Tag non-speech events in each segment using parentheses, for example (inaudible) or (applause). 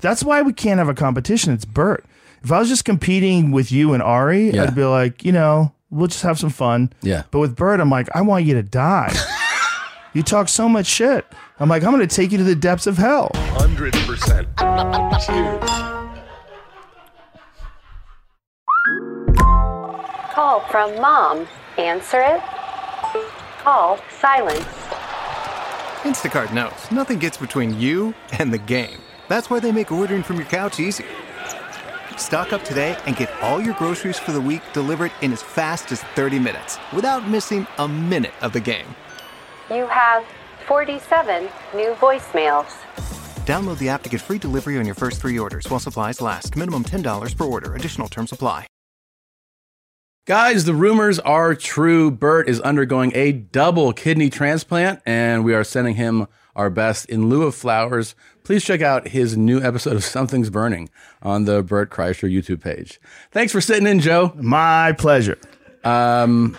That's why we can't have a competition. It's Bert. If I was just competing with you and Ari, Yeah. I'd be like, you know, we'll just have some fun. Yeah. But with Bert, I'm like, I want you to (laughs) die. you talk so much shit. I'm like, I'm going to take you to the depths of hell. 100%. Call from mom. Answer it. Call silence. Instacart knows nothing gets between you and the game. That's why they make ordering from your couch easy. Stock up today and get all your groceries for the week delivered in as fast as 30 minutes without missing a minute of the game. You have 47 new voicemails. Download the app to get free delivery on your first three orders while supplies last. Minimum $10 per order. Additional term supply. Guys, the rumors are true. Bert is undergoing a double kidney transplant, and we are sending him our best in lieu of flowers. Please check out his new episode of (laughs) Something's Burning on the Bert Kreischer YouTube page. Thanks for sitting in, Joe. My pleasure. Um,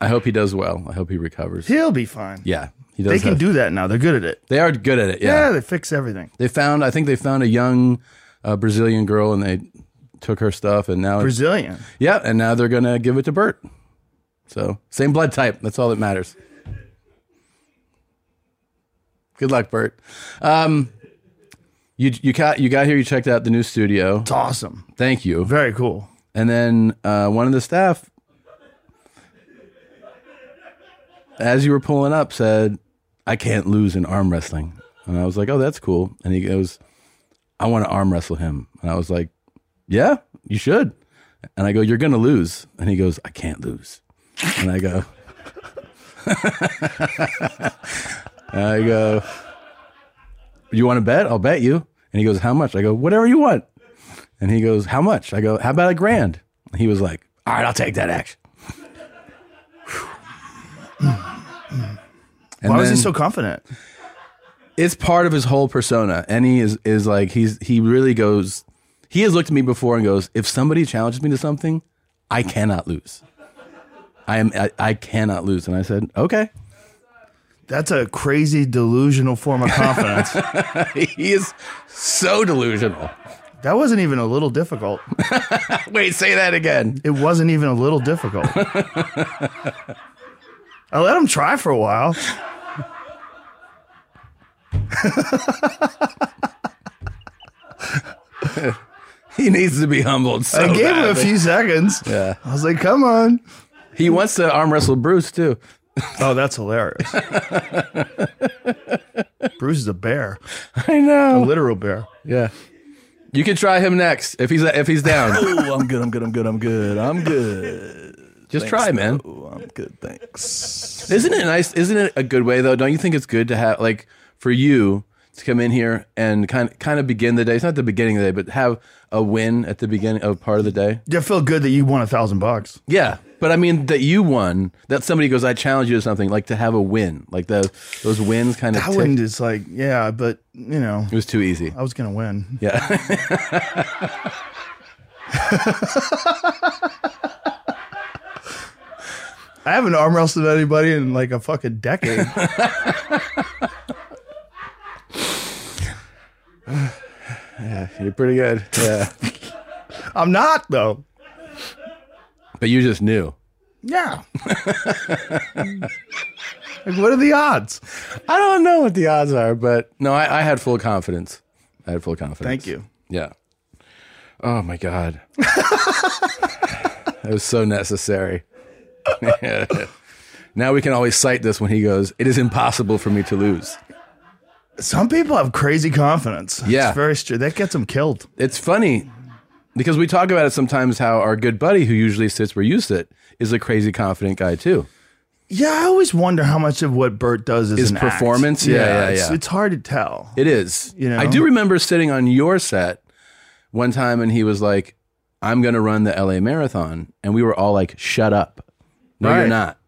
I hope he does well. I hope he recovers. He'll be fine. Yeah, he does. They can have- do that now. They're good at it. They are good at it. Yeah, Yeah, they fix everything. they found. I think they found a young uh, Brazilian girl, and they took her stuff, and now it's Brazilian. yeah, and now they're gonna give it to Bert. So same blood type. That's all that matters. Good luck, Bert. Um, you you got you got here. You checked out the new studio. It's awesome. Thank you. Very cool. And then uh, one of the staff, as you were pulling up, said, I can't lose in arm wrestling. And I was like, oh, that's cool. And he goes, I want to arm wrestle him. And I was like, yeah, you should. And I go, you're going to lose. And he goes, I can't lose. And I go, (laughs) and I go, you want to bet? I'll bet you. And he goes, how much? I go, whatever you want. And he goes, How much? I go, How about a grand? And he was like, All right, I'll take that action. And Why was he then- so confident? it's part of his whole persona and he is is like he's he really goes he has looked at me before and goes if somebody challenges me to something i cannot lose i am i, I cannot lose and i said okay (laughs) That's a crazy delusional form of (laughs) confidence. he is so delusional (laughs) that wasn't even a little difficult. wait say that again It wasn't even a little difficult. I let him try for a while. he needs to be humbled so I gave him a badly. few seconds. Yeah. I was like, come on. he wants to arm wrestle bruce too (laughs) Oh, that's hilarious. (laughs) Bruce is a bear, i a know literal bear. yeah you can try him next if he's if (laughs) he's down Oh, I'm good. I'm good. I'm good. I'm good. I'm good. just try man Oh, I'm good. Thanks. Isn't it nice? Isn't it a good way though? Don't you think it's good to have like for you to come in here and kind kind of begin the day? It's not the beginning of the day, but have a win at the beginning of part of the day. You feel good that you won a thousand bucks. Yeah, but I mean that you won. That somebody goes, I challenge you to something. Like to have a win, like the those wins kind of. That tick- one is like, yeah, but you know, It was too easy. I was gonna win. (laughs) Yeah, I haven't arm wrestled anybody in like a fucking decade. you're pretty (laughs) good. Yeah, I'm not though. but you just knew. (laughs) Yeah. like, what are the odds? I don't know what the odds are, but no, I, I had full confidence. I had full confidence. Thank you. Yeah. Oh my God. (laughs) that was so necessary. (laughs) now we can always cite this when he goes, It is impossible for me to lose. Some people have crazy confidence. Yeah. It's very str- that gets them killed. It's funny because we talk about it sometimes how our good buddy who usually sits where you sit is a crazy confident guy too. Yeah, I always wonder how much of what Bert does is Is an act. performance? Yeah, yeah, It's, yeah. it's hard to tell. It is. You know? I do remember sitting on your set one time and he was like, I'm gonna run the LA marathon. And we were all like, Shut up. No, you're Right. not.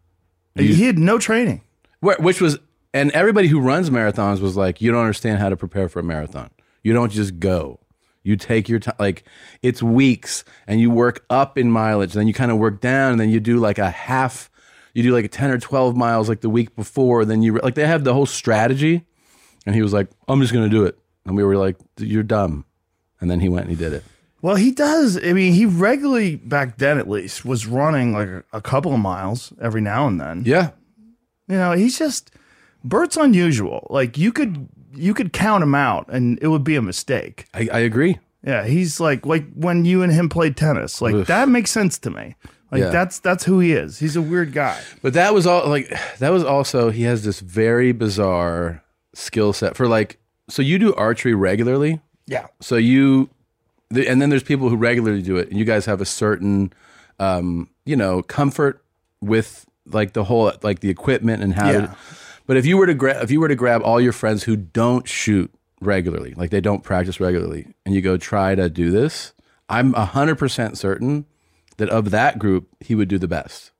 he had no training. Where, which was, and everybody who runs marathons was like, you don't understand how to prepare for a marathon. You don't just go. You take your time. Like it's weeks, and you work up in mileage, then you kind of work down, and then you do like a half. You do like ten or twelve miles like the week before. Then you re- like they have the whole strategy. And he was like, I'm just gonna do it. And and we were like, "You're dumb," and then he went and he did it. Well, he does. I mean, he regularly back then, at least, was running like a, a couple of miles every now and then. Yeah, You know, he's just Bert's unusual. Like you could you could count him out, and it would be a mistake. I, I agree. Yeah, he's like like when you and him played tennis. Like Oof. that makes sense to me. Like Yeah. that's that's who he is. He's a weird guy. But that was all like (sighs) that was also he has this very bizarre skill set for like so you do archery regularly. Yeah. So you th- and then there's people who regularly do it and you guys have a certain um you know comfort with like the whole like the equipment and how Yeah. But if you were to grab if you were to grab all your friends who don't shoot regularly, like they don't practice regularly and you go try to do this, I'm 100% certain that of that group he would do the best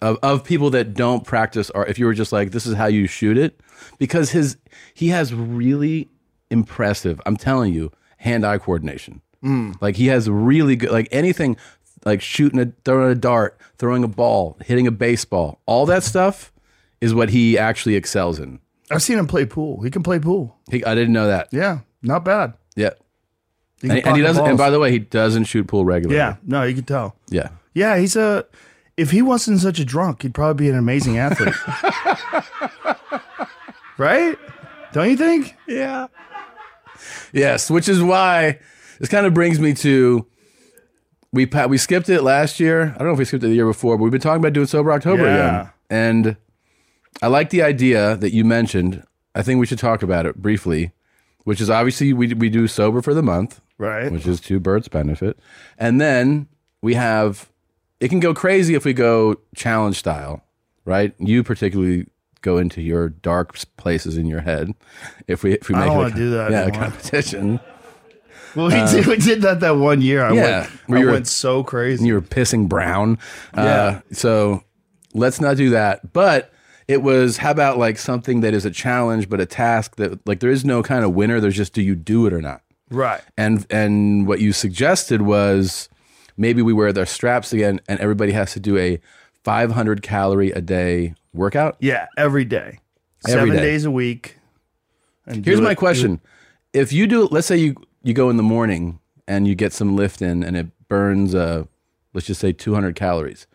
of, of people that don't practice art if you were just like this is how you shoot it because his he has really impressive i'm telling you hand-eye coordination Mm. like he has really good like anything like shooting a throwing a dart throwing a ball hitting a baseball all that stuff is what he actually excels in I've seen him play pool. He can play pool. he, i didn't know that Yeah, not bad. yeah He can and, he- and he pocket doesn't and balls. by the way he doesn't shoot pool regularly yeah, no, you can tell. yeah Yeah, he's a. If he wasn't such a drunk, he'd probably be an amazing athlete. (laughs) right? Don't you think? Yeah. Yes, which is why this kind of brings me to we pa- we skipped it last year. I don't know if we skipped it the year before, but we've been talking about doing sober October Yeah. again. And I like the idea that you mentioned. I think we should talk about it briefly, which is obviously we we do sober for the month, Right. which is to Bert's benefit, and then we have it can go crazy if we go challenge style, right? You particularly go into your dark places in your head if we if we I make don't it a wanna com- do that yeah, a anymore. competition. (laughs) Well, we, did, we did that that one year. I uh, yeah, where went. you I were- went so And crazy. you were pissing brown. Yeah. Uh, so let's not do that. But it was how about like something that is a challenge but a task that like there is no kind of winner. There's just do you do it or not. Right. and and what you suggested was maybe we wear their straps again and everybody has to do a 500 calorie a day workout Yeah, every day. Every Seven day. days a week. And here's do my it- question if you do let's say you you go in the morning and you get some lift in and it burns uh let's just say 200 calories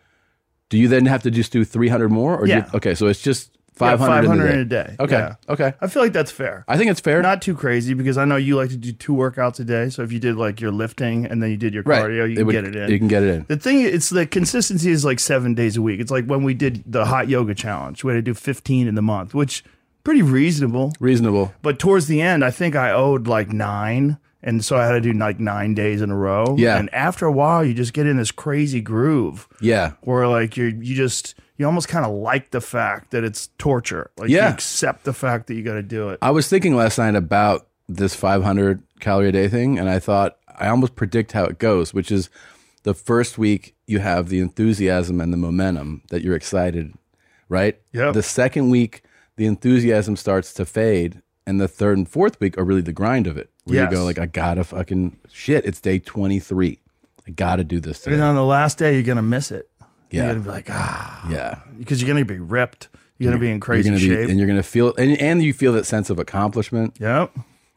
do you then have to just do 300 more or do you- Yeah. okay so it's just Yeah, 500, 500 in a day, okay yeah. okay I feel like that's fair. i think it's fair Not too crazy because I know you like to do two workouts a day. So if you did like your lifting and then you did your right cardio, you It can would- get it in. you can get it in The thing it's the consistency is like seven days a week. It's like when we did the hot yoga challenge. We had to do fifteen in the month, which pretty reasonable. reasonable But towards the end, I think I owed like nine, and so I had to do like nine days in a row. Yeah. And after a while, you just get in this crazy groove yeah where like you you just you almost kind of like the fact that it's torture. Like Yeah. you accept the fact that you got to do it. I was thinking last night about this 500 calorie a day thing, and I thought I almost predict how it goes, which is the first week you have the enthusiasm and the momentum that you're excited, right? Yep. The second week, the enthusiasm starts to fade, and the third and fourth week are really the grind of it. Where you Yes. go like, I gotta fucking shit. It's day 23. I gotta do this And today. on the last day, you're gonna miss it. You're Yeah. gonna be like ah, yeah. because you're gonna be ripped. You're gonna be in crazy you're gonna shape. be, and you're gonna feel, and, and you feel that sense of accomplishment. yep.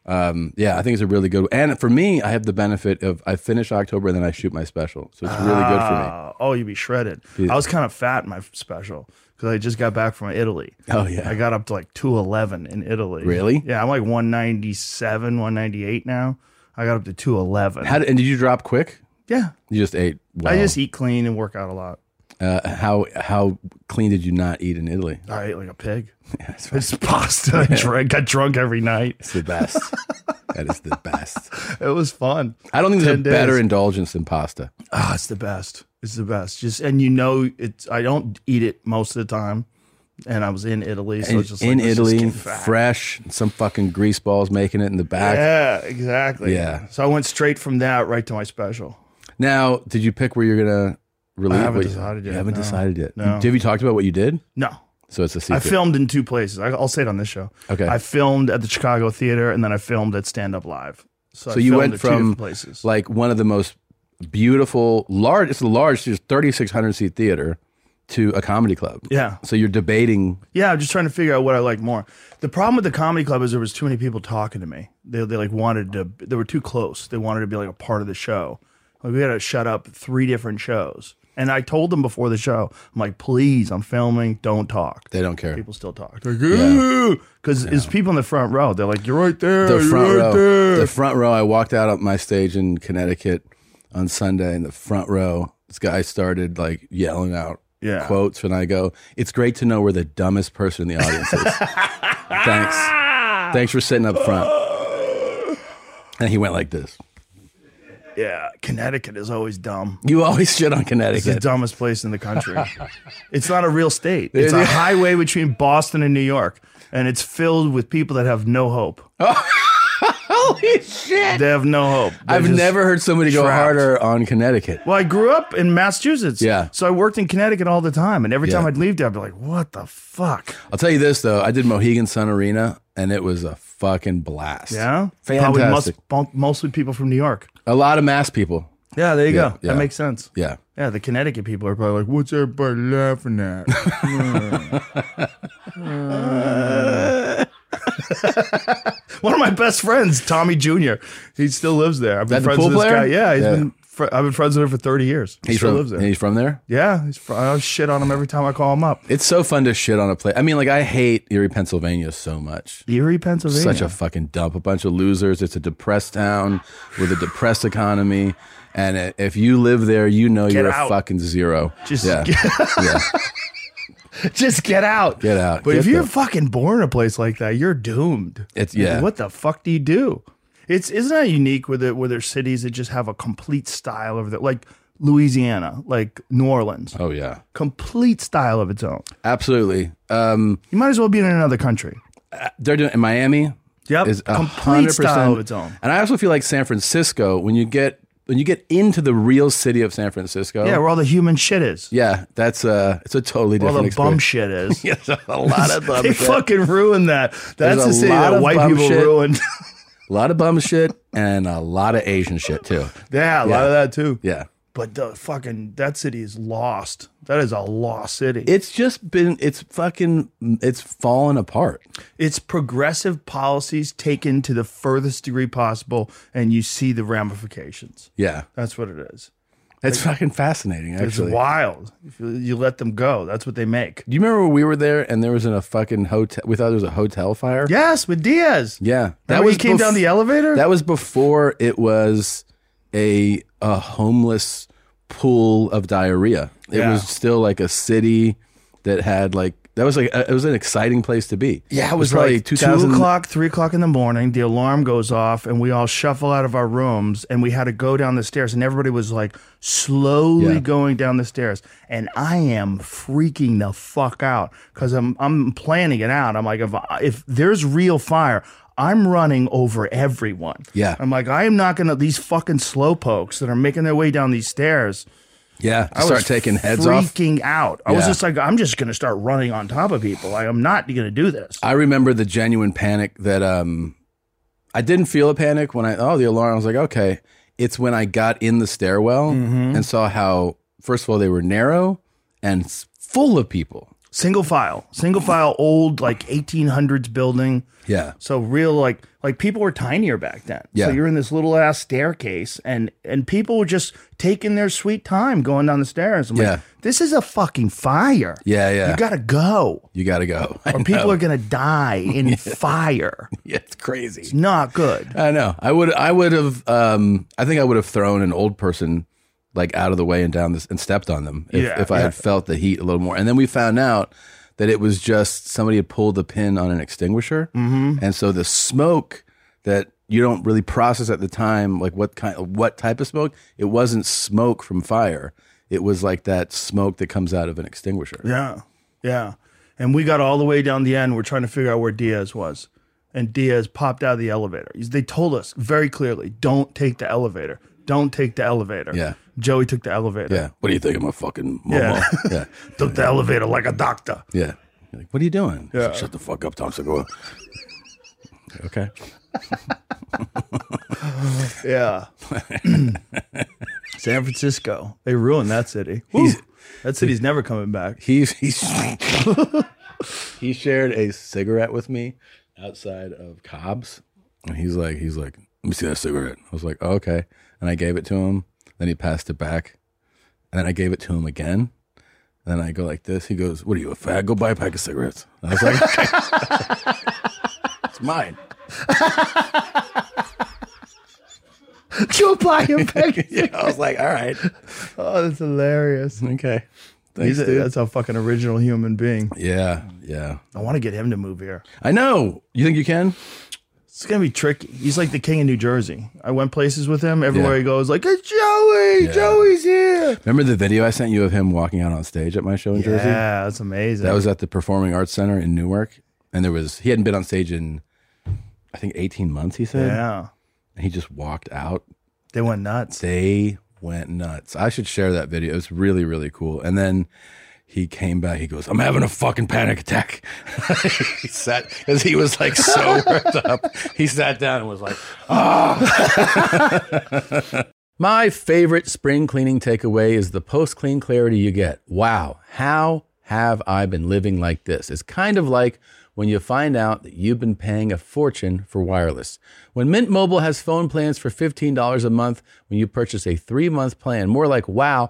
Um, yeah, I think it's a really good. And for me, I have the benefit of I finish October and then I shoot my special, so it's really good Uh, for oh, you'd be shredded. I was kind of fat in my special because I just got back from Italy. Oh, yeah. I got up to like 211 in Italy. Really? Yeah, I'm like 197, 198 now. I got up to 211. me. How did, and did you drop quick? yeah. You just ate. Wow. I just eat clean and work out a lot. Uh, how how clean did you not eat in Italy? I ate like a (laughs) pig. That's It's pasta. I drank, got drunk every (laughs) night. (laughs) the best. that is the best. It was fun. I don't think there's a 10 days. better indulgence than pasta. Ah, it's the best. It's the best. Just and you know, it's. I don't eat it most of the time, and I was in Italy, so In, it's just in like, let's just Italy, get fat. fresh, some fucking grease balls making it in the back. Yeah, exactly. Yeah. So I went straight from that right to my special. Now, did you pick where you're gonna release? haven't what you- decided You yet, haven't no. decided yet. No. Have you talked about what you did? No. So it's a secret. I filmed in two places. I, I'll say it on this show. Okay. I filmed at the Chicago Theater and then I filmed at Stand Up Live. So, I So you filmed went at two from different places. like one of the most beautiful, large. It's a large, it's thirty six hundred seat theater to a comedy club. Yeah. So you're debating. Yeah, I'm just trying to figure out what I like more. The problem with the comedy club is there was too many people talking to me. They they like wanted to. They were too close. They wanted to be like a part of the show. Like we had to shut up three different shows. And I told them before the show, I'm like, please, I'm filming. Don't talk. They don't care. People still talk. They're like, because it's people in the front row. They're like, you're right there. the you're front right row. There. The front row. I walked out on my stage in Connecticut on Sunday, and the front row, this guy started like yelling out Yeah. quotes, and I go, "It's great to know where the dumbest person in the (laughs) audience is." Thanks. Thanks for sitting up front. And he went like this. yeah. Connecticut is always dumb. You always shit on It's the Connecticut. dumbest place in the (laughs) country. it's not a real state. It's Yeah. a highway between Boston and New York, and it's filled with people that have no hope. (laughs) Holy shit! They have no hope. They're I've just- never heard somebody go trapped. harder on Connecticut. Well, I grew up in Massachusetts. Yeah. So I worked in Connecticut all the time, and every Yeah. time I'd leave there, I'd be like, "What the fuck?" I'll tell you this though, I did Mohegan Sun Arena, and it was a fucking blast. Yeah. Probably fantastic. most, mostly people from New York. A lot of mass people. Yeah, there you Yeah, go. yeah. That makes sense. Yeah. Yeah, the Connecticut people are probably like, "What's everybody laughing at?" Hmm. (laughs) One of my best friends, Tommy Jr. He still lives there. I've That been the friends pool with this player? guy. Yeah, he's Yeah. been. Fr- I've been friends with him for thirty years. He He's still from, lives there. He's from there. yeah, he's. Fr- I shit on him every time I call him up. It's so fun to shit on a place. I mean, like I hate Erie, Pennsylvania so much. Erie, Pennsylvania. Such a fucking dump. A bunch of losers. It's a depressed town with a depressed economy. And i- if you live there, you know you're out. a fucking zero. Just yeah. get- yeah. just get out. Get out. But Get if you're the- fucking born in a place like that, you're doomed. It's- yeah. What the fuck do you do? It's isn't that unique with it where there's cities that just have a complete style of it, like Louisiana, like New Orleans, Oh yeah. complete style of its own. Absolutely. Um, You might as well be in another country. they're doing in Miami. Yep. is a complete hundred style percent of its own. And I also feel like San Francisco. When you get when you get into the real city of San Francisco, Yeah, where all the human shit is. yeah, that's a it's a totally Where different all the bum experience. shit is. (laughs) Yes, a lot of bum they shit. fucking ruined that. There's That's a the city lot that of white bum people shit. ruined. (laughs) a lot of bum shit and a lot of Asian shit too. yeah, a lot of that too. Yeah. But the fucking that city is lost. That is a lost city. It's just been it's fucking it's fallen apart. it's progressive policies taken to the furthest degree possible, and you see the ramifications. Yeah. That's what it is. It's fucking fascinating It's actually. wild. If you, you let them go, that's what they make. Do you remember when we were there and there was in a fucking hotel we thought there was a hotel fire? Yes, with Diaz. Yeah. that was came bef- down the elevator. That was before it was a a homeless pool of diarrhea. It Yeah. was still like a city that had like that was like a, it was an exciting place to be. yeah, it was, probably like 2000 two o'clock, three o'clock in the morning. The alarm goes off, and we all shuffle out of our rooms, and we had to go down the stairs, and everybody was like slowly Yeah. going down the stairs, and I am freaking the fuck out because I'm I'm planning it out. I'm like, if if there's real fire. I'm running over everyone. Yeah. I'm like, I am not gonna these fucking slowpokes that are making their way down these stairs. Yeah, I start was taking heads off. freaking out. I was Yeah. just like, I'm just gonna start running on top of people. Like, I'm not gonna do this. I remember the genuine panic that um I didn't feel a panic when I oh the alarm I was like okay it's when I got in the stairwell Mm-hmm. and saw how first of all they were narrow and s- full of people. single file, single file, old like 1800s building. Yeah. So real like like people were tinier back then. Yeah. So you're in this little ass staircase, and and people were just taking their sweet time going down the stairs. I'm Yeah. like, this is a fucking fire. Yeah, yeah. You gotta go, You got to go. (laughs) I or people know. are gonna die (laughs) in fire. yeah, it's crazy. Not good. I know. I would. I would have. Um, I think I would have thrown an old person like out of the way and down this and stepped on them if, Yeah, if I yeah. had felt the heat a little more. And then we found out that it was just somebody had pulled the pin on an extinguisher, mm-hmm. and so the smoke that you don't really process at the time, like what kind, what type of smoke? It wasn't smoke from fire. It was like that smoke that comes out of an extinguisher. Yeah. Yeah. And we got all the way down the end. We're trying to figure out where Diaz was. And Diaz popped out of the elevator. He's- They told us very clearly don't take the elevator. Don't take the elevator. Yeah. Joey took the elevator. Yeah. What do you think? I'm a fucking Yeah. (laughs) mama. yeah. Took the elevator like a doctor. Yeah. You're like, what are you doing? He's like, Shut the fuck up, Tom Segura. (laughs) okay. Yeah. (clears throat) San Francisco. They ruined that city. Woo. He's- that city's never coming (laughs) back. He he (laughs) he shared a cigarette with me outside of Cobb's, and he's like he's like let me see that cigarette. I was like oh, okay, and I gave it to him. Then he passed it back, and then I gave it to him again. And then I go like this. He goes, "What are you a fag? Go buy a pack of cigarettes." And I was like, okay. (laughs) "It's mine." Go buy him back. Yeah, I was like, "All right, oh, that's hilarious. okay." Thanks, He's a, dude. that's a fucking original human being. Yeah, yeah. I want to get him to move here. I know. You think you can? It's gonna be tricky. He's like the king of New Jersey. I went places with him. Everywhere Yeah. he goes, like it's Joey. Yeah. Joey's here. Remember the video I sent you of him walking out on stage at my show in Jersey? Yeah, that's amazing. That was at the Performing Arts Center in Newark, and there was he hadn't been on stage in I think eighteen months. He said, yeah. and he just walked out. They went nuts. They went nuts. I should share that video. It was really really cool. And then he came back. He goes, "I'm having a fucking panic attack." (laughs) he sat because he was like so (laughs) ripped up. He sat down and was like, My favorite spring cleaning takeaway is the post clean clarity you get. Wow, how have I been living like this? It's kind of like when you find out that you've been paying a fortune for wireless. When Mint Mobile has phone plans for $15 a month when you purchase a three month plan, more like, wow,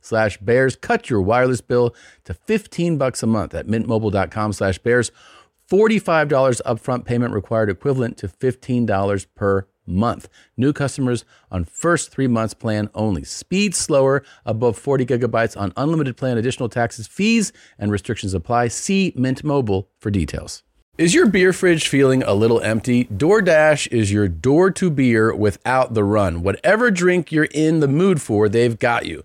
slash bears. Cut your wireless bill to 15 bucks a month at mintmobile.com slash bears. $45 upfront payment required equivalent to $15 per month. New customers on first three months plan only. Speed slower above 40 gigabytes on unlimited plan. Additional taxes, fees, and restrictions apply. See Mint Mobile for details. Is your beer fridge feeling a little empty? DoorDash is your door to beer without the run. Whatever drink you're in the mood for, they've got you.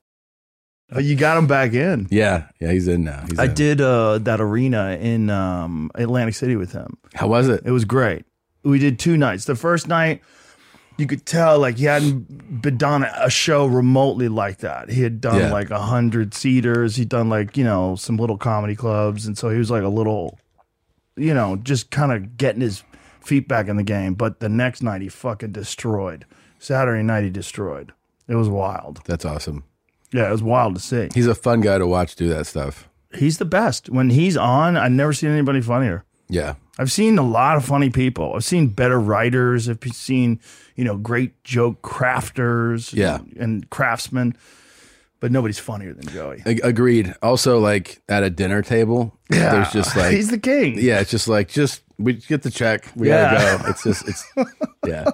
Oh, you got him back in. Yeah, yeah, he's in now. He's I in. did uh, that arena in um, Atlantic City with him. How was it? It was great. We did two nights. The first night, you could tell like he hadn't been done a show remotely like that. He had done Yeah. like a hundred seaters. He'd done like you know some little comedy clubs, and so he was like a little, you know, just kind of getting his feet back in the game. But the next night, he fucking destroyed. Saturday night, he destroyed. It was wild. That's awesome. Yeah, it was wild to see. He's a fun guy to watch do that stuff. He's the best. When he's on, I've never seen anybody funnier. Yeah. I've seen a lot of funny people. I've seen better writers. I've seen, you know, great joke crafters Yeah. and, and craftsmen, but nobody's funnier than Joey. A- agreed. Also, like at a dinner table, (laughs) yeah. there's just like, He's the king. yeah, it's just like, just we get the check. We Yeah. gotta go. It's just, it's, yeah.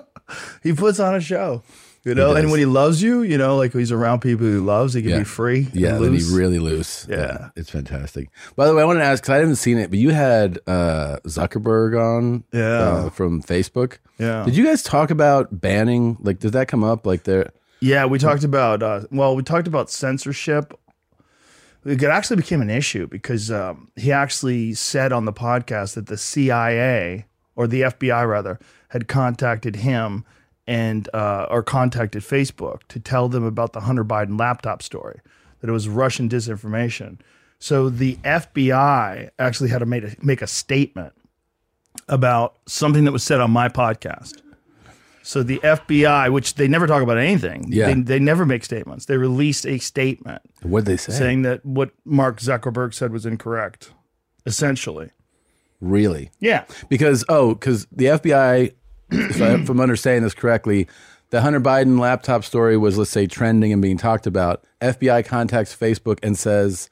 He puts on a show, you know, and when he loves you, you know, like he's around people he loves, he can Yeah. be free. and Yeah, then loose. he really loose. Yeah. it's fantastic. By the way, I want to ask because I haven't seen it, but you had uh, Zuckerberg on, Yeah. uh, from Facebook. Yeah. did you guys talk about banning? Like, did that come up? Like, there, Yeah, we talked about uh, well, we talked about censorship. It actually became an issue because um, he actually said on the podcast that the CIA or the FBI rather had contacted him and uh, or contacted Facebook to tell them about the Hunter Biden laptop story that it was Russian disinformation. So the FBI actually had to make a, make a statement about something that was said on my podcast So the FBI, which they never talk about anything, Yeah. they, they never make statements. They released a statement What'd they say? saying that what Mark Zuckerberg said was incorrect, essentially. really? Yeah. Because oh, because the FBI, if, I, (clears throat) if I'm understanding this correctly, the Hunter Biden laptop story was let's say trending and being talked about. FBI contacts Facebook and says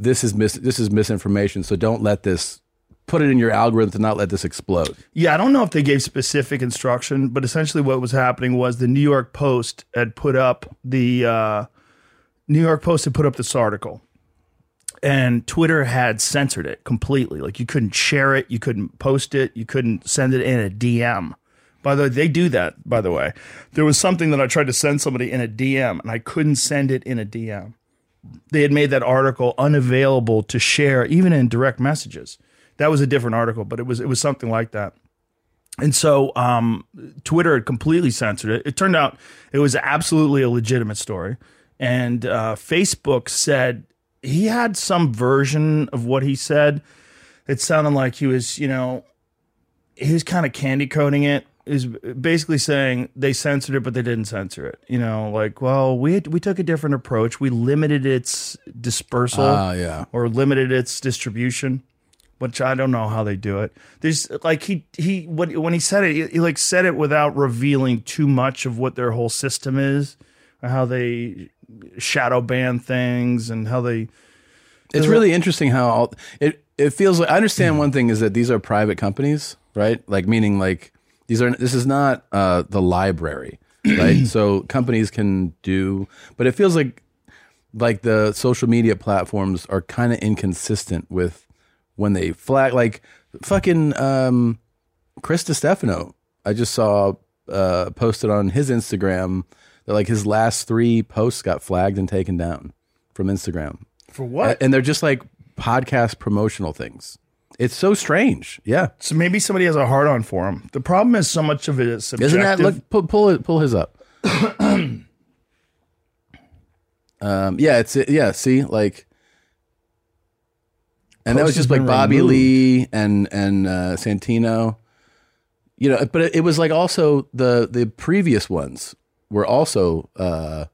this is mis- this is misinformation, so don't let this put it in your algorithm to not let this explode. Yeah, I don't know if they gave specific instruction, but essentially what was happening was the New York Post had put up the uh, New York Post had put up this article, and Twitter had censored it completely. Like you couldn't share it, you couldn't post it, you couldn't send it in a DM. By the way, they do that. By the way, there was something that I tried to send somebody in a DM, and I couldn't send it in a DM. They had made that article unavailable to share, even in direct messages. That was a different article, but it was it was something like that. And so um, Twitter had completely censored it. It turned out it was absolutely a legitimate story. And uh, Facebook said he had some version of what he said. It sounded like he was, you know, he was kind of candy coating it. Is basically saying they censored it, but they didn't censor it. You know, like, well, we we took a different approach. We limited its dispersal Ah, yeah. or limited its distribution, which I don't know how they do it. There's like he he when when he said it, he, he like said it without revealing too much of what their whole system is, or how they shadow ban things and how they It's really interesting how all, it it feels like I understand one thing is that these are private companies, right? Like meaning like these are this is not uh, the library, right? so companies can do, but it feels like like the social media platforms are kind of inconsistent with when they flag like fucking um Chris Stefano. I just saw uh posted on his Instagram that like his last 3 posts got flagged and taken down from Instagram. for what. A- And they're just like podcast promotional things. It's so strange. Yeah. so maybe somebody has a hard on for him. The problem is so much of it is subjective. Isn't that look pull pull, it, pull his up. (clears throat) um yeah, it's yeah, see like and that was Post has just like been Bobby removed. Lee and and uh, Santino. You know, but it, it was like also the the previous ones were also uh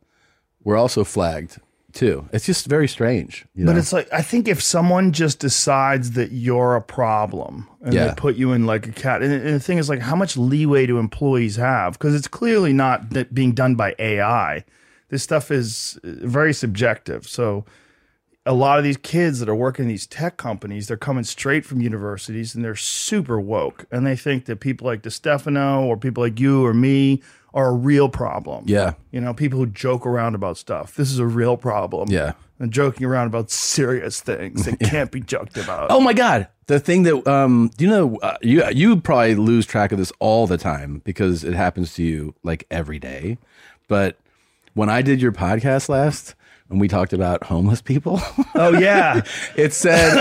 were also flagged too. It's just very strange. you But know? it's like I think if someone just decides that you're a problem and Yeah. they put you in like a cat, and, and the thing is like how much leeway do employees have? Because it's clearly not that being done by AI. This stuff is uh, very subjective. So a lot of these kids that are working in these tech companies, they're coming straight from universities and they're super woke, and they think that people like DeStefano or people like you or me are a real problem. yeah. You know, people who joke around about stuff. This is a real problem. Yeah. And joking around about serious things (laughs) that can't be joked about. Oh my god, the thing that um, do you know, uh, you you probably lose track of this all the time because it happens to you like every day. But when I did your podcast last and we talked about homeless people, (laughs) Oh, yeah. it said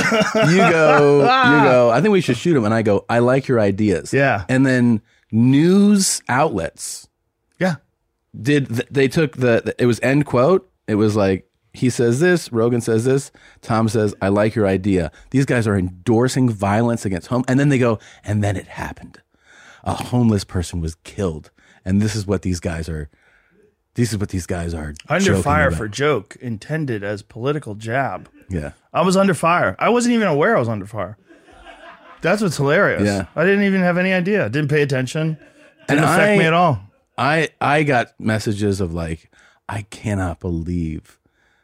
you go, you go. I think we should shoot them, and I go. I like your ideas. Yeah. and then news outlets yeah. did th- they took the, the- it was end quote it was like he says this rogan says this tom says i like your idea these guys are endorsing violence against home and then they go and then it happened a homeless person was killed and this is what these guys are this is what these guys are Under joking fire about. for joke intended as political jab. yeah I was under fire. I wasn't even aware I was under fire. That's what's hilarious. Yeah. I didn't even have any idea. Didn't pay attention. and Didn't affect I, me at all. I I got messages of like, I cannot believe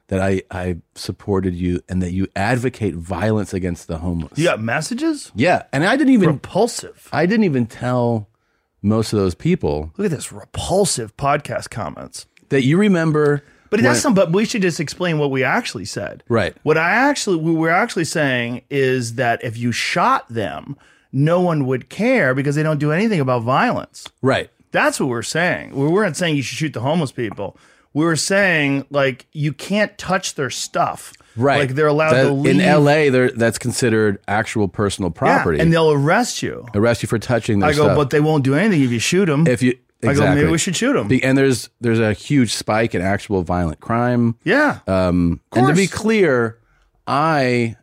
that I I supported you and that you advocate violence against the homeless. You got messages? yeah, and I didn't even Repulsive. I didn't even tell most of those people Look at this repulsive podcast comments. that you remember. But when- that's some. But we should just explain what we actually said. Right. What I actually we were actually saying is that if you shot them, no one would care because they don't do anything about violence. right. That's what we're saying. We weren't saying you should shoot the homeless people. We were saying like you can't touch their stuff. Right. Like they're allowed That- to leave in L.A. They're, that's considered actual personal Yeah, property, and they'll arrest you. arrest you for touching. Their I go, stuff. but they won't do anything if you shoot them. if you exactly. I go, maybe we should shoot them. Be- and there's there's a huge spike in actual violent crime. yeah. Um, and to be course. clear, I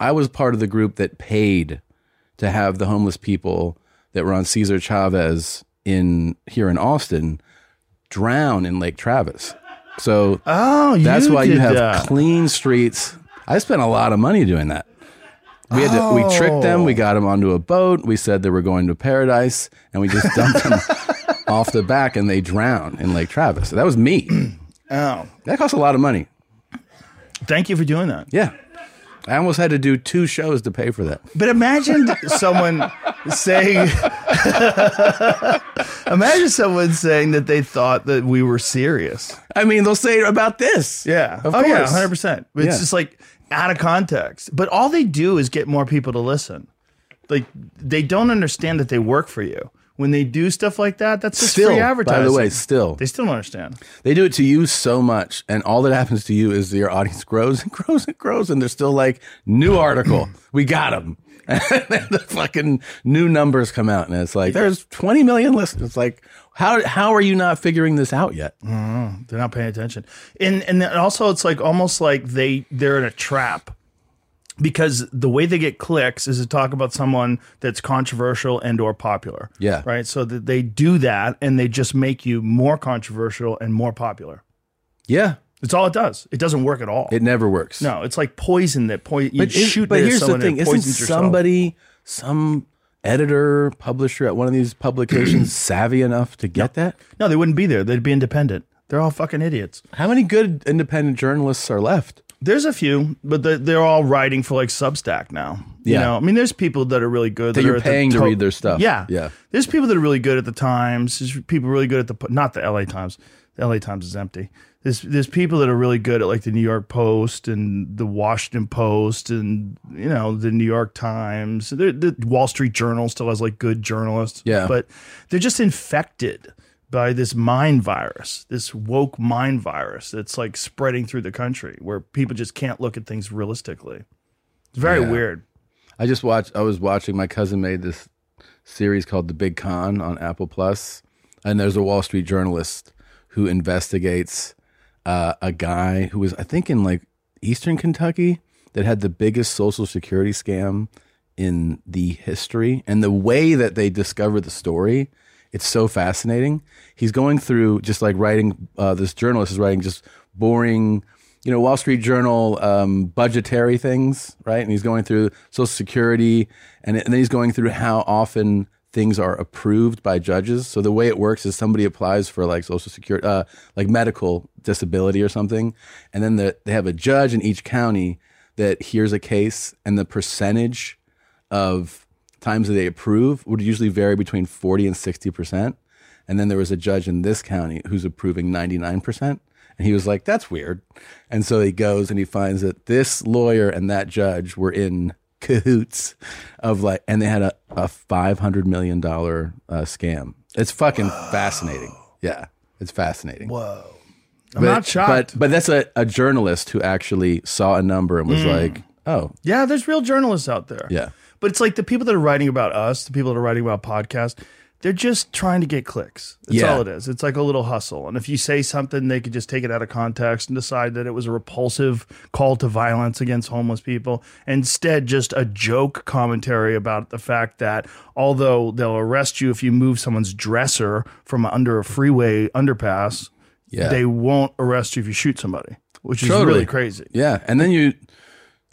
I was part of the group that paid to have the homeless people that were on Cesar Chavez in here in Austin drown in Lake Travis. So Oh, that's why you did have that. clean streets. I spent a lot of money doing that. We had to, Oh. we tricked them. We got them onto a boat. We said they were going to paradise, and we just (laughs) dumped them off the back, and they drowned in Lake Travis. So that was me. (clears throat) Oh, That cost a lot of money. thank you for doing that. Yeah, I almost had to do two shows to pay for that. But imagine someone saying, imagine someone saying that they thought that we were serious. I mean, they'll say about this. Yeah. of oh, course. yeah, 100%. It's Yeah. just like out of context. But all they do is get more people to listen. Like they don't understand that they work for you. When they do stuff like that, that's just Still, free by advertising. the way, still they still don't understand. They do it to you so much, and all that happens to you is your audience grows and (laughs) grows and grows, and they're still like, new article, (clears throat) we got them. (laughs) And then the fucking new numbers come out, and it's like, there's 20 million listeners. It's like, how, how are you not figuring this out yet? They're not paying attention. And and then also it's like almost like they they're in a trap. Because the way they get clicks is to talk about someone that's controversial and or popular. Yeah. Right? So that they do that and they just make you more controversial and more popular. Yeah, It's all it does. It doesn't work at all. it never works. no, it's like poison that point you is- shoot this here's the someone and thing it isn't poisons yourself. somebody some editor publisher at one of these (clears throat) publications savvy enough to get that No, they wouldn't be there. They'd be independent. They're all fucking idiots. how many good independent journalists are left There's a few, but they're, they're all writing for like Substack now. You Yeah. know, I mean, there's people that are really good That are you're at the paying to read their stuff. Yeah, Yeah. There's people that are really good at the Times. There's people really good at the not the L.A. Times. The L.A. Times is empty. There's there's people that are really good at like the New York Post and the Washington Post and you know the New York Times. There- The Wall Street Journal still has like good journalists. Yeah. but they're just infected by this mind virus, this woke mind virus that's like spreading through the country where people just can't look at things realistically. It's very Yeah. weird. I just watched. I was watching. My cousin made this series called The Big Con on Apple Plus, and there's a Wall Street journalist who investigates uh, a guy who was, I think, in like Eastern Kentucky that had the biggest Social Security scam in the history, and the way that they discover the story. It's so fascinating. He's going through just like writing. Uh, this journalist is writing just boring you know, Wall Street Journal um, budgetary things, right? And he's going through Social Security, and, and then he's going through how often things are approved by judges. So the way it works is somebody applies for like Social Security, uh, like medical disability or something, and then the, they have a judge in each county that hears a case, and the percentage of times that they approve would usually vary between 40 and 60%. And then there was a judge in this county who's approving 99%. And he was like, that's weird. And so he goes and he finds that this lawyer and that judge were in cahoots of like, and they had a, a $500 million uh, scam. It's fucking fascinating. Yeah. It's fascinating. I'm not shocked. But, but that's a, a journalist who actually saw a number and was Mm. like, oh, Yeah, there's real journalists out there. Yeah. But it's like the people that are writing about us, the people that are writing about podcasts, they're just trying to get clicks. That's Yeah. all it is. It's like a little hustle. And if you say something, they could just take it out of context and decide that it was a repulsive call to violence against homeless people. Instead, just a joke commentary about the fact that although they'll arrest you if you move someone's dresser from under a freeway underpass, Yeah. they won't arrest you if you shoot somebody, which is really crazy. Yeah, and then you,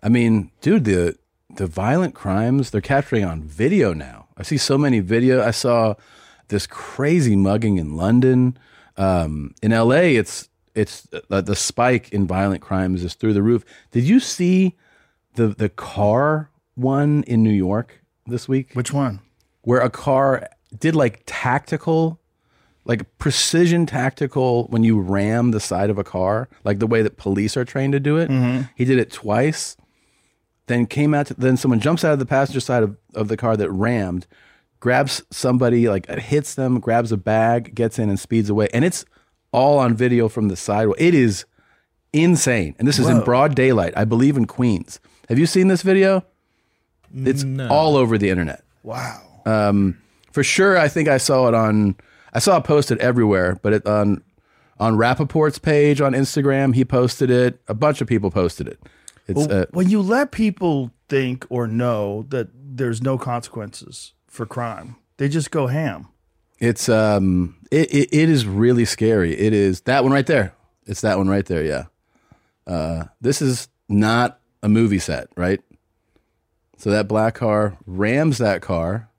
I mean, dude, the the violent crimes they're capturing on video now. I see so many video. I saw this crazy mugging in London. Um, in L.A., it's it's uh, the spike in violent crimes is through the roof. Did you see the the car one in New York this week? Which one? where a car did like tactical like precision tactical when you ram the side of a car like the way that police are trained to do it he did it twice then came out to, then someone jumps out of the passenger side of, of the car that rammed grabs somebody like hits them grabs a bag gets in and speeds away and it's all on video from the sidewalk it is insane and this is in broad daylight i believe in queens have you seen this video it's all over the internet Wow. Um, for sure i think i saw it on i saw it posted everywhere but it on on rappaport's page on instagram he posted it a bunch of people posted it it's Well, uh, when you let people think or know that there's no consequences for crime, they just go ham. It's um, it, it it is really scary. It is that one right there. It's that one right there. Yeah. Uh, this is not a movie set, right? So that black car rams that car,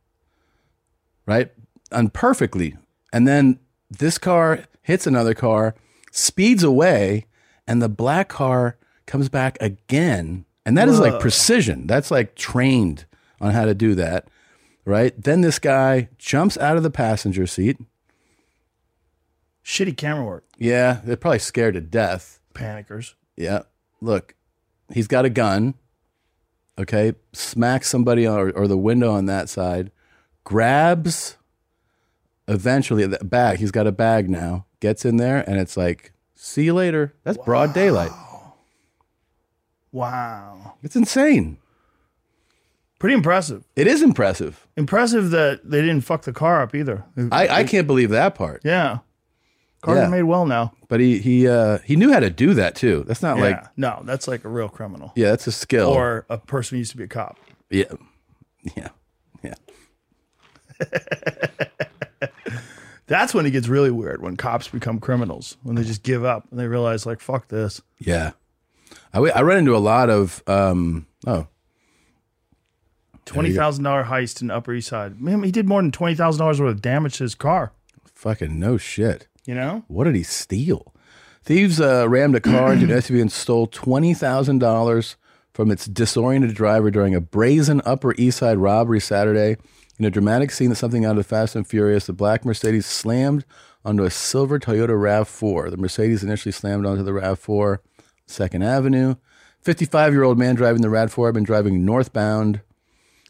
right, and perfectly, and then this car hits another car, speeds away, and the black car comes back again, and that is like precision. That's like trained on how to do that right? Then this guy jumps out of the passenger seat. Shitty camera work. Yeah, they're probably scared to death. Panickers. Yeah. Look, he's got a gun. Okay. Smacks somebody or, or the window on that side. Grabs eventually the bag. He's got a bag now. Gets in there and it's like, see you later. That's broad daylight. Wow. It's insane. Pretty impressive. It is impressive. Impressive that they didn't fuck the car up either. I, I can't believe that part. yeah. Cars Yeah. are made well now. But he he uh, he knew how to do that too. That's not like yeah. No, that's like a real criminal. yeah, that's a skill. Or a person who used to be a cop. Yeah. Yeah. Yeah. That's when it gets really weird when cops become criminals, when they just give up and they realize, like, fuck this. Yeah. I, w- I run into a lot of, um, oh, $20,000 heist in Upper East Side. Man, he did more than $20,000 worth of damage to his car, fucking no shit. you know? What did he steal? Thieves uh, rammed a car into an SUV and stole $20,000 from its disoriented driver during a brazen Upper East Side robbery Saturday. In a dramatic scene that's something out of Fast and Furious, the black Mercedes slammed onto a silver Toyota RAV4. The Mercedes initially slammed onto the RAV4, Second Avenue. 55 year old man driving the RAV4 had been driving northbound.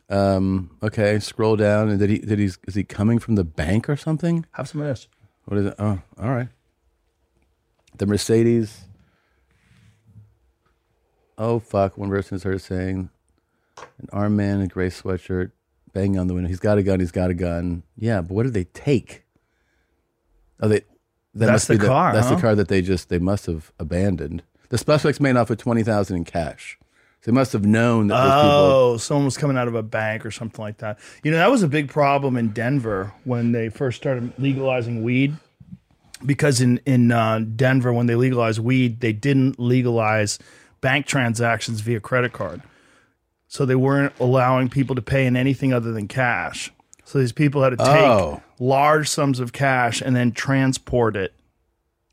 Um, okay, scroll down. And did he, did he, is he coming from the bank or something? Have some of this. What is it? Oh, all right. The Mercedes. Oh fuck! One person is heard saying, "An armed man in a gray sweatshirt banging on the window. He's got a gun. He's got a gun. Yeah, but what did they take? Oh, they. That That's must be the car, That's huh? the car that they just they must have abandoned. The suspects made off with twenty thousand in cash. So they must have known that those people. Oh, someone was coming out of a bank or something like that. You know, that was a big problem in Denver when they first started legalizing weed. Because in in uh, Denver, when they legalized weed, they didn't legalize bank transactions via credit card, so they weren't allowing people to pay in anything other than cash. So these people had to take Oh. large sums of cash and then transport it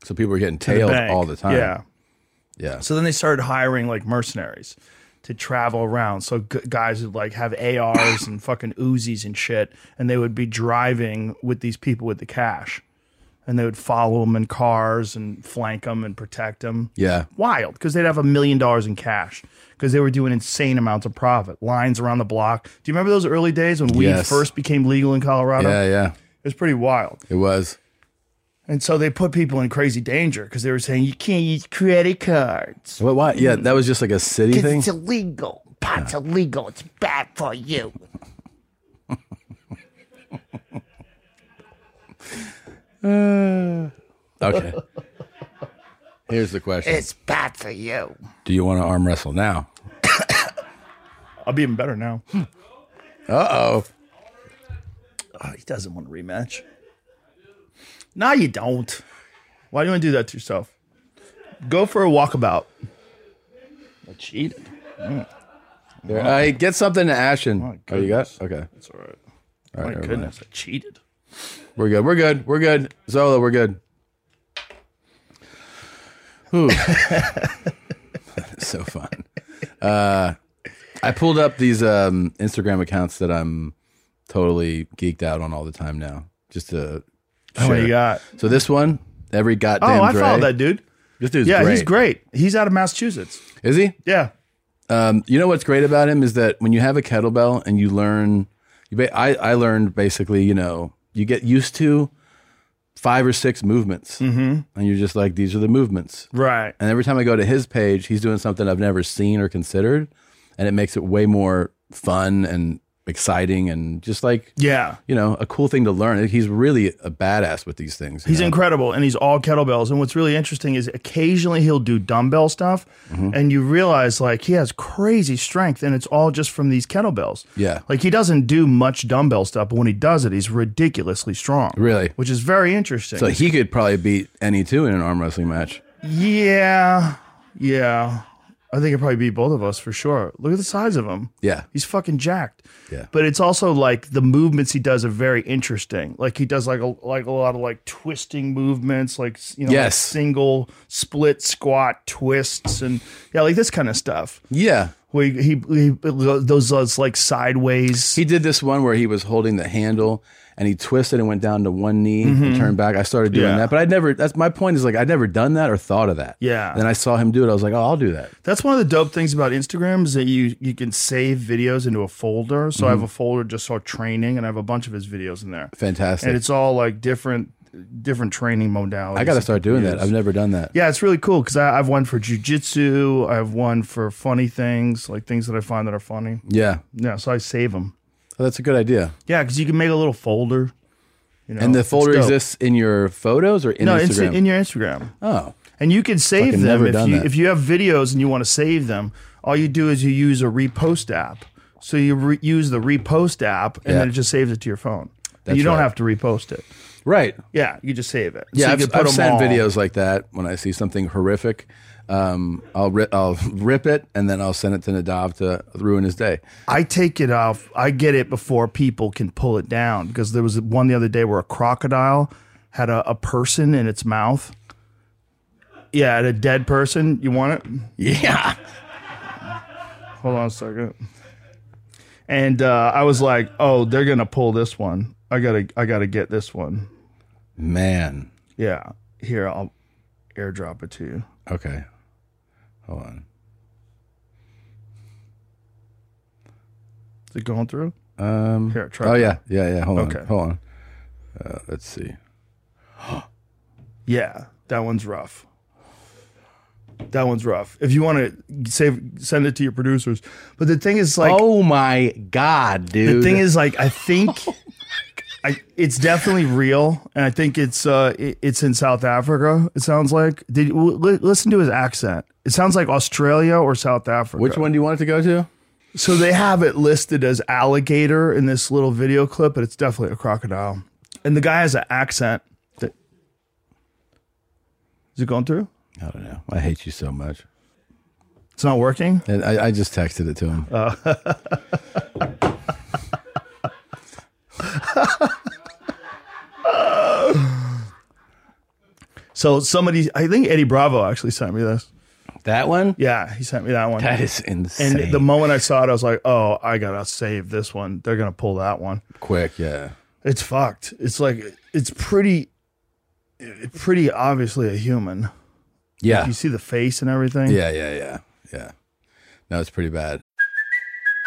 So people were getting to the tailed bank. all the time. Yeah, yeah. so then they started hiring like mercenaries to travel around. So g- guys would like have ARs and fucking Uzis and shit, and they would be driving with these people with the cash, and they would follow them in cars and flank them and protect them. Yeah. Wild because they'd have a million dollars in cash because they were doing insane amounts of profit. Lines around the block. Do you remember those early days when weed Yes. first became legal in Colorado? Yeah. Yeah. It was pretty wild. It was. And so they put people in crazy danger because they were saying, you can't use credit cards. What? Why? Yeah, that was just like a city thing. It's illegal. Pot's illegal. It's bad for you. Eh. Okay. Here's the question: It's bad for you. Do you want to arm wrestle now? I'll be even better now. Uh oh. Oh, he doesn't want a rematch. No, you don't. Why do you want to do that to yourself? Go for a walkabout. I cheated. I uh, get something to Ashen. oh, you got? goodness. Okay, That's all right. right, My never goodness, I cheated. we're good. We're good. We're good. Zola, we're good. Whew. (laughs) so fun. Uh, I pulled up these um, Instagram accounts that I'm totally geeked out on all the time now. Just to What do you got? So this one, every goddamn. Oh, I Dre. followed that dude. This dude's Yeah, he's great. He's out of Massachusetts. Is he? Yeah. Um, you know what's great about him is that when you have a kettlebell and you learn, you ba- I, I learned basically, you know, you get used to five or six movements, mm-hmm. and you're just like, these are the movements. Right. And every time I go to his page, he's doing something I've never seen or considered, and it makes it way more fun and exciting and just like Yeah. you know a cool thing to learn. He's really a badass with these things. you He's know? incredible and he's all kettlebells. And what's really interesting is occasionally he'll do dumbbell stuff Mm-hmm. and you realize like he has crazy strength and it's all just from these kettlebells. Yeah. Like he doesn't do much dumbbell stuff, but when he does it, he's ridiculously strong. Really? Which is very interesting. So he could probably beat any two in an arm wrestling match. yeah. Yeah. I think it probably beat both of us for sure. Look at the size of him. Yeah. He's fucking jacked. Yeah. But it's also like the movements he does are very interesting. Like he does like a like a lot of like twisting movements, like you know, like Yes. single split squat twists and yeah, like this kind of stuff. Yeah. Where he, he, he those, those like sideways. He did this one where he was holding the handle and he twisted and went down to one knee and turned back. I started doing Mm-hmm. Yeah. that, but I'd never, that's my point is like, I'd never done that or thought of that. Yeah. Then I saw him do it. I was like, oh, I'll do that. That's one of the dope things about Instagram is that you you can save videos into a folder. So I Mm-hmm. have a folder just for training, and I have a bunch of his videos in there. Fantastic. And it's all like different different training modalities. I got to start doing that. Yes. I've never done that. Yeah, it's really cool because I've one for jujitsu. I have one for funny things, like things that I find that are funny. Yeah. Yeah, so I save them. So that's a good idea. Yeah, because you can make a little folder. You know, and the it's folder dope. exists in your photos or in No, it's Instagram? in your Instagram, oh, and you can save Fucking them never if done you that. if you have videos and you want to save them. All you do is you use a repost app. So you re- use the repost app, and Yeah. then it just saves it to your phone. That's you don't right. have to repost it. right. Yeah, you just save it. So Yeah, you I've, can put I've them sent all- videos like that when I see something horrific. Um, I'll ri- I'll rip it and then I'll send it to Nadav to ruin his day. I take it off. I get it before people can pull it down because there was one the other day where a crocodile had a, a person in its mouth. Yeah, had a dead person. You want it? Yeah, Hold on a second. And uh, I was like, "Oh, they're gonna pull this one. I gotta, I gotta get this one." man. Yeah, here I'll airdrop it to you. Okay. Hold on. Oh, Is it going through? Um, Here, try. oh, it. yeah. Yeah, yeah. Hold Okay. on. Hold on. Uh, let's see. Yeah, that one's rough. That one's rough. If you want to save, send it to your producers. But the thing is, like, oh, my God, dude. Oh the thing is, like, I (laughs) think I, it's definitely real, and I think it's uh, it- it's in South Africa. It sounds like. Did w- li- listen to his accent? It sounds like Australia or South Africa. which one do you want it to go to? So they have it listed as alligator in this little video clip, but it's definitely a crocodile. And the guy has an accent. That, is it going through? I don't know. I hate you so much. It's not working. And I, I just texted it to him. Uh, So somebody, I think Eddie Bravo actually sent me this. that one? Yeah, he sent me that one. That is insane. and the moment I saw it, I was like, "Oh, I gotta save this one. They're gonna pull that one. Quick, yeah. It's fucked. It's like it's pretty, it- pretty obviously a human. Yeah. You see the face and everything. Yeah, yeah, yeah. Yeah. No, it's pretty bad.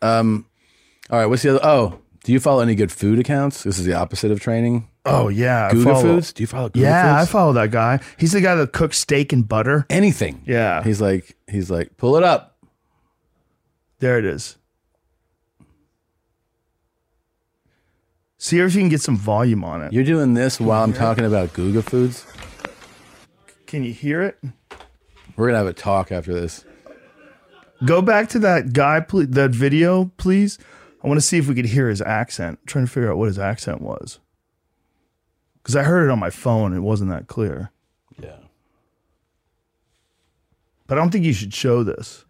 Um, all right. What's the other? Oh, do you follow any good food accounts? This is the opposite of training. Oh yeah. I Gouda follow- Foods? Do you follow Gouda yeah, Foods? I follow that guy. He's the guy that cooks steak and butter. Anything. Yeah. He's like, he's like, pull it up. There it is. See if you can get some volume on it. You're doing this while I'm talking about Guga Foods. Can you hear it? We're gonna have a talk after this. Go back to that guy, ple- that video, please. I want to see if we could hear his accent. trying to figure out what his accent was. Because I heard it on my phone. It wasn't that clear. Yeah. But I don't think you should show this.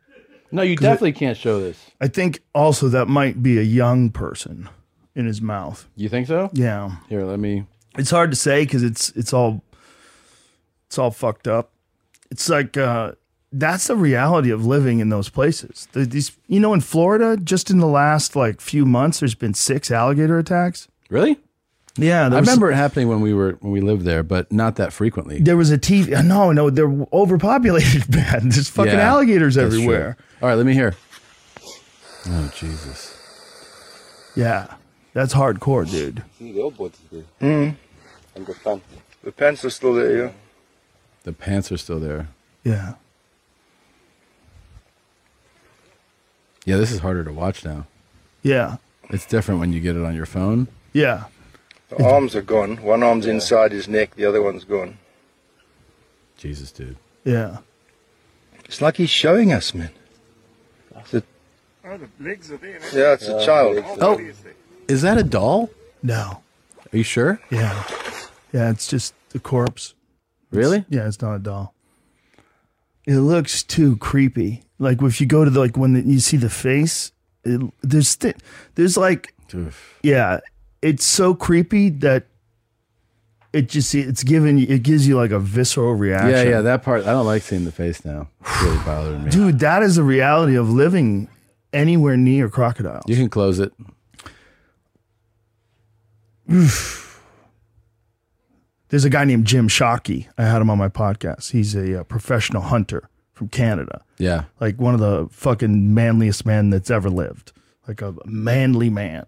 No, you definitely can't show this. I think also that might be a young person in his mouth. You think so? Yeah. Here, let me. It's hard to say because it's it's all it's all fucked up. It's like uh that's the reality of living in those places. The, these, you know, in Florida, just in the last like few months, there's been six alligator attacks. Really? Yeah, I there was- remember it happening when we were when we lived there, but not that frequently. there was a TV. (laughs) No, no, they're overpopulated, (laughs) man. There's fucking Yeah, alligators that's true. everywhere. All right, let me hear. Oh Jesus! Yeah, that's hardcore, dude. The pants are still there, yeah. The pants are still there. Yeah, Yeah, this is harder to watch now. yeah, It's different when you get it on your phone. yeah. The arms are gone. One arm's inside his neck, the other one's gone. Jesus, dude. Yeah. It's like he's showing us, man. The, Oh, the legs are there. that's- yeah, it's a child. Oh, is that a doll? No. Are you sure? Yeah. Yeah, it's just the corpse. Really? Yeah, it's not a doll. It looks too creepy. Like if you go to the like when you see the face, it, there's th- there's like Oof. yeah, it's so creepy that it just it's given it gives you like a visceral reaction. Yeah, yeah. That part I don't like seeing the face now. It's really bothering me. dude, that is the reality of living anywhere near crocodiles. You can close it. There's a guy named Jim Shockey. I had him on my podcast. He's a, uh professional hunter from Canada. Yeah. like one of the fucking manliest men that's ever lived, like a manly man.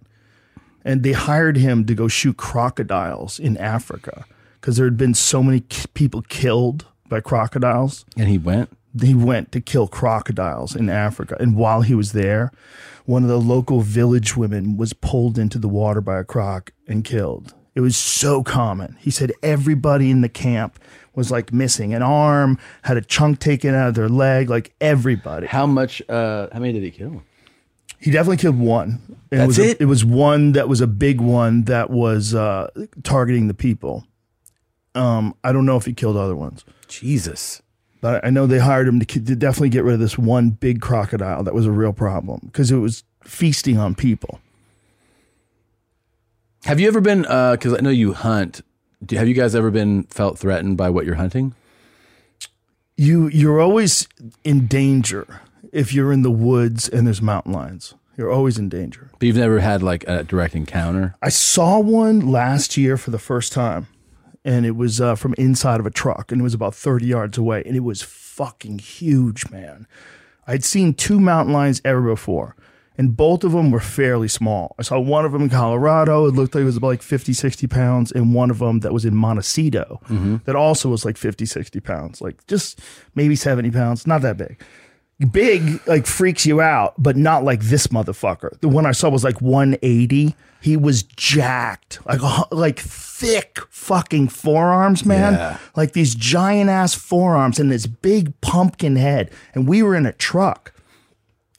And they hired him to go shoot crocodiles in Africa because there had been so many k- people killed by crocodiles. And he went. He went to kill crocodiles in Africa. And while he was there, one of the local village women was pulled into the water by a croc and killed. It was so common. He said everybody in the camp was like missing an arm, had a chunk taken out of their leg, like everybody. How much? Uh, how many did he kill? He definitely killed one. And That's it, was a- it? it was one that was a big one that was uh, targeting the people. Um, I don't know if he killed other ones, Jesus. but I know they hired him to, ki- to definitely get rid of this one big crocodile that was a real problem because it was feasting on people. Have you ever been? Because I know you hunt. Do, have you guys ever been felt threatened by what you're hunting? You you're always in danger if you're in the woods and there's mountain lions. You're always in danger. But you've never had like a direct encounter. I saw one last year for the first time, and it was uh, from inside of a truck, and it was about 30 yards away, and it was fucking huge, man. I'd seen two mountain lions ever before, and both of them were fairly small. I saw one of them in Colorado, it looked like it was about like 50, 60 pounds, and one of them that was in Montecito that also was like 50, 60 pounds, like just maybe 70 pounds, not that big big like freaks you out, but not like this motherfucker. The one I saw was like 180. He was jacked, like a hu- like thick fucking forearms, man. Yeah. Like these giant ass forearms and this big pumpkin head. And we were in a truck.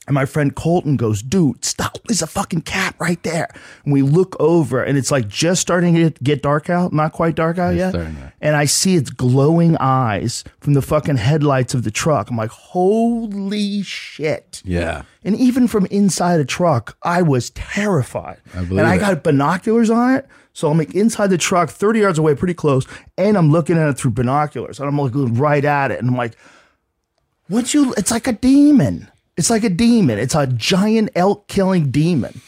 And my friend Colton goes, dude, stop. There's a fucking cat right there. And we look over and it's like just starting to get dark out, not quite dark out yet. starting to- And I see its glowing eyes from the fucking headlights of the truck. I'm like, holy shit. Yeah. And even from inside a truck, I was terrified. I believe and I it. got binoculars on it. So I'm like inside the truck, 30 yards away, pretty close. And I'm looking at it through binoculars. And I'm looking right at it. And I'm like, once you, it's like a demon. It's like a demon. It's a giant elk killing demon.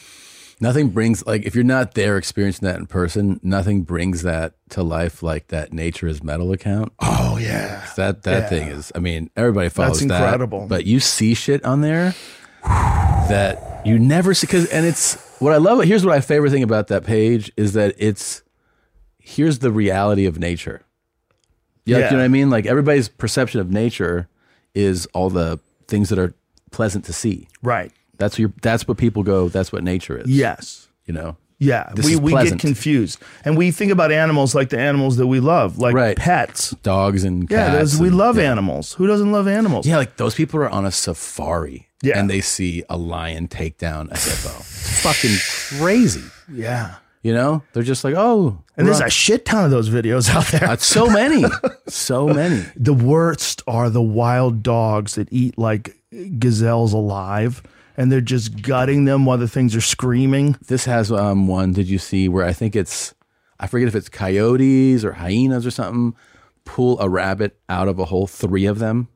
Nothing brings like if you're not there experiencing that in person, nothing brings that to life like that nature is metal account. Oh, yeah. That that thing is. I mean, everybody follows that. incredible. But you see shit on there that you never see. Cause, and it's what I love. Here's what I favorite thing about that page is that it's here's the reality of nature. Yeah, like, Yeah. you know what I mean. Like everybody's perception of nature is all the things that are pleasant to see. Right. That's what your. That's what people go. That's what nature is. Yes. you know. Yeah. This we is we pleasant. get confused. And we think about animals like the animals that we love, like Right. pets. Dogs and Yeah, cats those- we and- love yeah. animals. Who doesn't love animals? Yeah, like those people are on a safari Yeah. and they see a lion take down a hippo. It's fucking crazy. Yeah. You know? They're just like, oh, And there's we're a shit ton of those videos out there. on- uh, so (laughs) many. so many. the worst are the wild dogs that eat like gazelles alive and they're just gutting them while the things are screaming. This has um one, did you see where I think it's I forget if it's coyotes or hyenas or something, pull a rabbit out of a hole, three of them.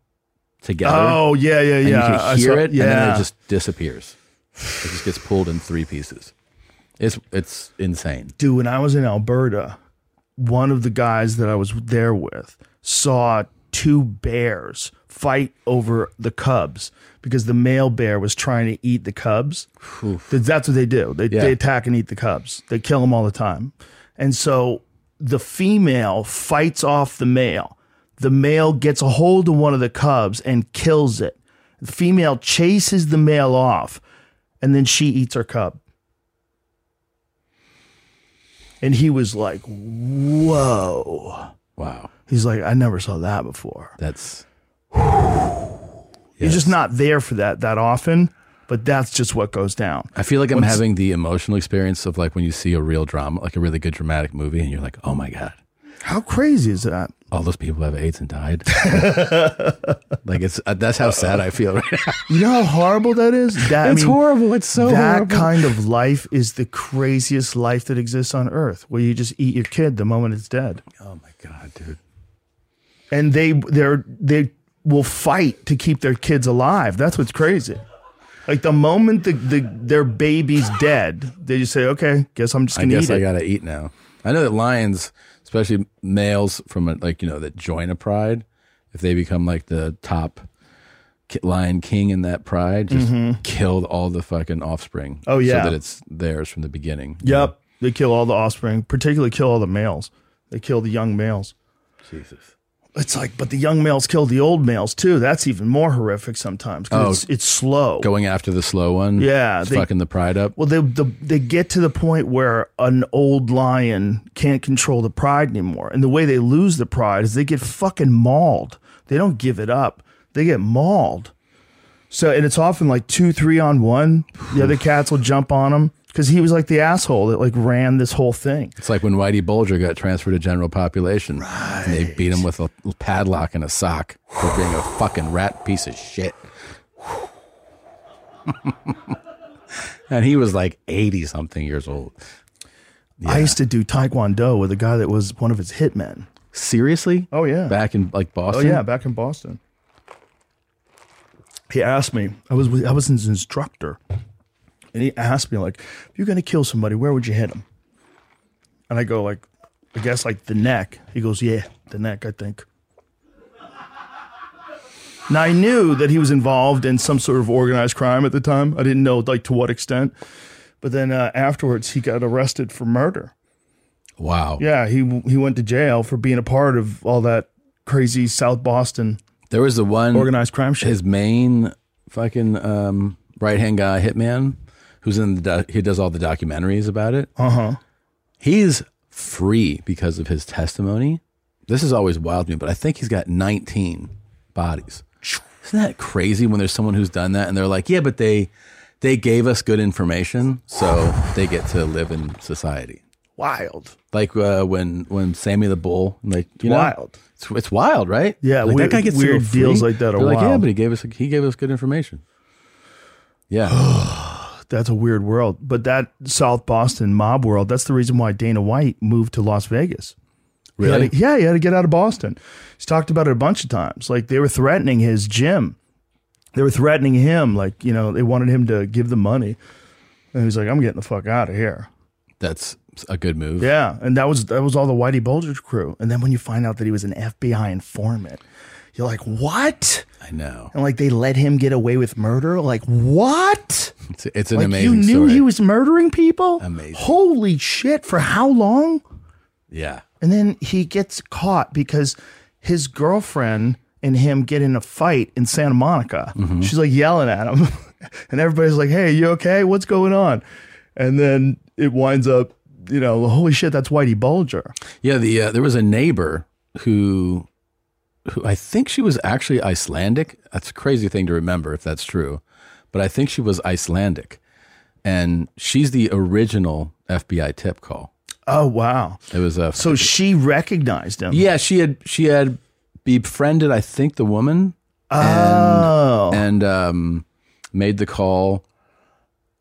together. Oh, yeah, yeah, And you yeah. I can hear saw- it, and then yeah. it just disappears. It just gets pulled in three pieces. It's it's insane. Dude, when I was in Alberta, one of the guys that I was there with saw two bears fight over the cubs because the male bear was trying to eat the cubs. That's what they do. They, Yeah. they attack and eat the cubs. They kill them all the time. And so the female fights off the male. The male gets a hold of one of the cubs and kills it. The female chases the male off and then she eats her cub. And he was like, whoa. Wow. He's like, I never saw that before. That's You're just not there for that that often, but that's just what goes down. I feel like I'm What's- having the emotional experience of like when you see a real drama, like a really good dramatic movie, and you're like, oh my God, How crazy is that? all those people have AIDS (laughs) and died. like it's uh, that's how sad I feel right now. You know how horrible that is? That, I It's mean, horrible. It's so that horrible. kind of life is the craziest life that exists on earth, where you just eat your kid the moment it's dead. Oh my God, dude. And they they're they will fight to keep their kids alive. That's what's crazy. Like the moment the, the their baby's dead, they just say, Okay, guess I'm just I gonna guess eat I it. gotta eat now. I know that lions, especially males from a, like you know that join a pride, if they become like the top ki- lion king in that pride, just killed all the fucking offspring. Mm-hmm. Oh, yeah. so that it's theirs from the beginning. Yep. They kill all the offspring, particularly kill all the males. They kill the young males. Jesus. It's like, but the young males kill the old males too. That's even more horrific sometimes. 'cause Oh. it's, it's slow. Going after the slow one, Yeah, it's they- fucking the pride up. Well, they the, they get to the point where an old lion can't control the pride anymore, and the way they lose the pride is they get fucking mauled. They don't give it up; they get mauled. So, and it's often like two, three on one. The other cats will jump on him because he was like the asshole that like ran this whole thing. It's like when Whitey Bulger got transferred to general population. And they beat him with a padlock and a sock for being a fucking rat piece of shit. (laughs) and he was like 80 something years old. I used to do taekwondo with a guy that was one of his hitmen. Seriously? Oh, yeah. Back in like Oh Boston? yeah, back in Boston. He asked me. I was with- I was his instructor, and he asked me like, "If you're gonna kill somebody, where would you hit him?" And I go like, "I guess like the neck." He goes, "Yeah, the neck, I think." Now I knew that he was involved in some sort of organized crime at the time. I didn't know like to what extent, but then uh, afterwards he got arrested for murder. Wow. Yeah, he he went to jail for being a part of all that crazy South Boston There was the one organized crime shit. his main fucking um, right hand guy, Hitman, who's in the doc- he does all the documentaries about it. uh huh. He's free because of his testimony. This has always wilded me, but I think he's got 19 bodies. Isn't that crazy when there's someone who's done that and they're like, yeah, but they they gave us good information, so they get to live in society. Wild. Like uh, when when Sammy the Bull, like you know, Wild. it's, it's wild, right? Yeah, like, weird- that guy gets to weird go free. deals like that are They're like, yeah, wild. but he gave us he gave us good information. (gasps) Yeah, That's a weird world. But that South Boston mob world, that's the reason why Dana White moved to Las Vegas. He had really. to- yeah, he had to get out of Boston. He's talked about it a bunch of times. Like they were threatening his gym. They were threatening him. Like, you know, they wanted him to give them money. And he was like, I'm getting the fuck out of here. That's a good move. Yeah, and that was that was all the Whitey Bulger crew. And then when you find out that he was an FBI informant, you're like, what? I know. And like they let him get away with murder? Like what? It's, it's an like amazing. you knew story. he was murdering people? Amazing. Holy shit, for how long? Yeah. And then he gets caught because his girlfriend and him get in a fight in Santa Monica. Mm-hmm. She's like yelling at him. (laughs) and everybody's like, hey, you okay? What's going on? And then it winds up, you know, holy shit, that's Whitey Bulger. Yeah, the uh, there was a neighbor who, who I think she was actually Icelandic. That's a crazy thing to remember if that's true, but I think she was Icelandic, and she's the original FBI tip call. Oh, wow. It was a So she recognized him. yeah. She had she had befriended I think the woman Oh. and um, made the call.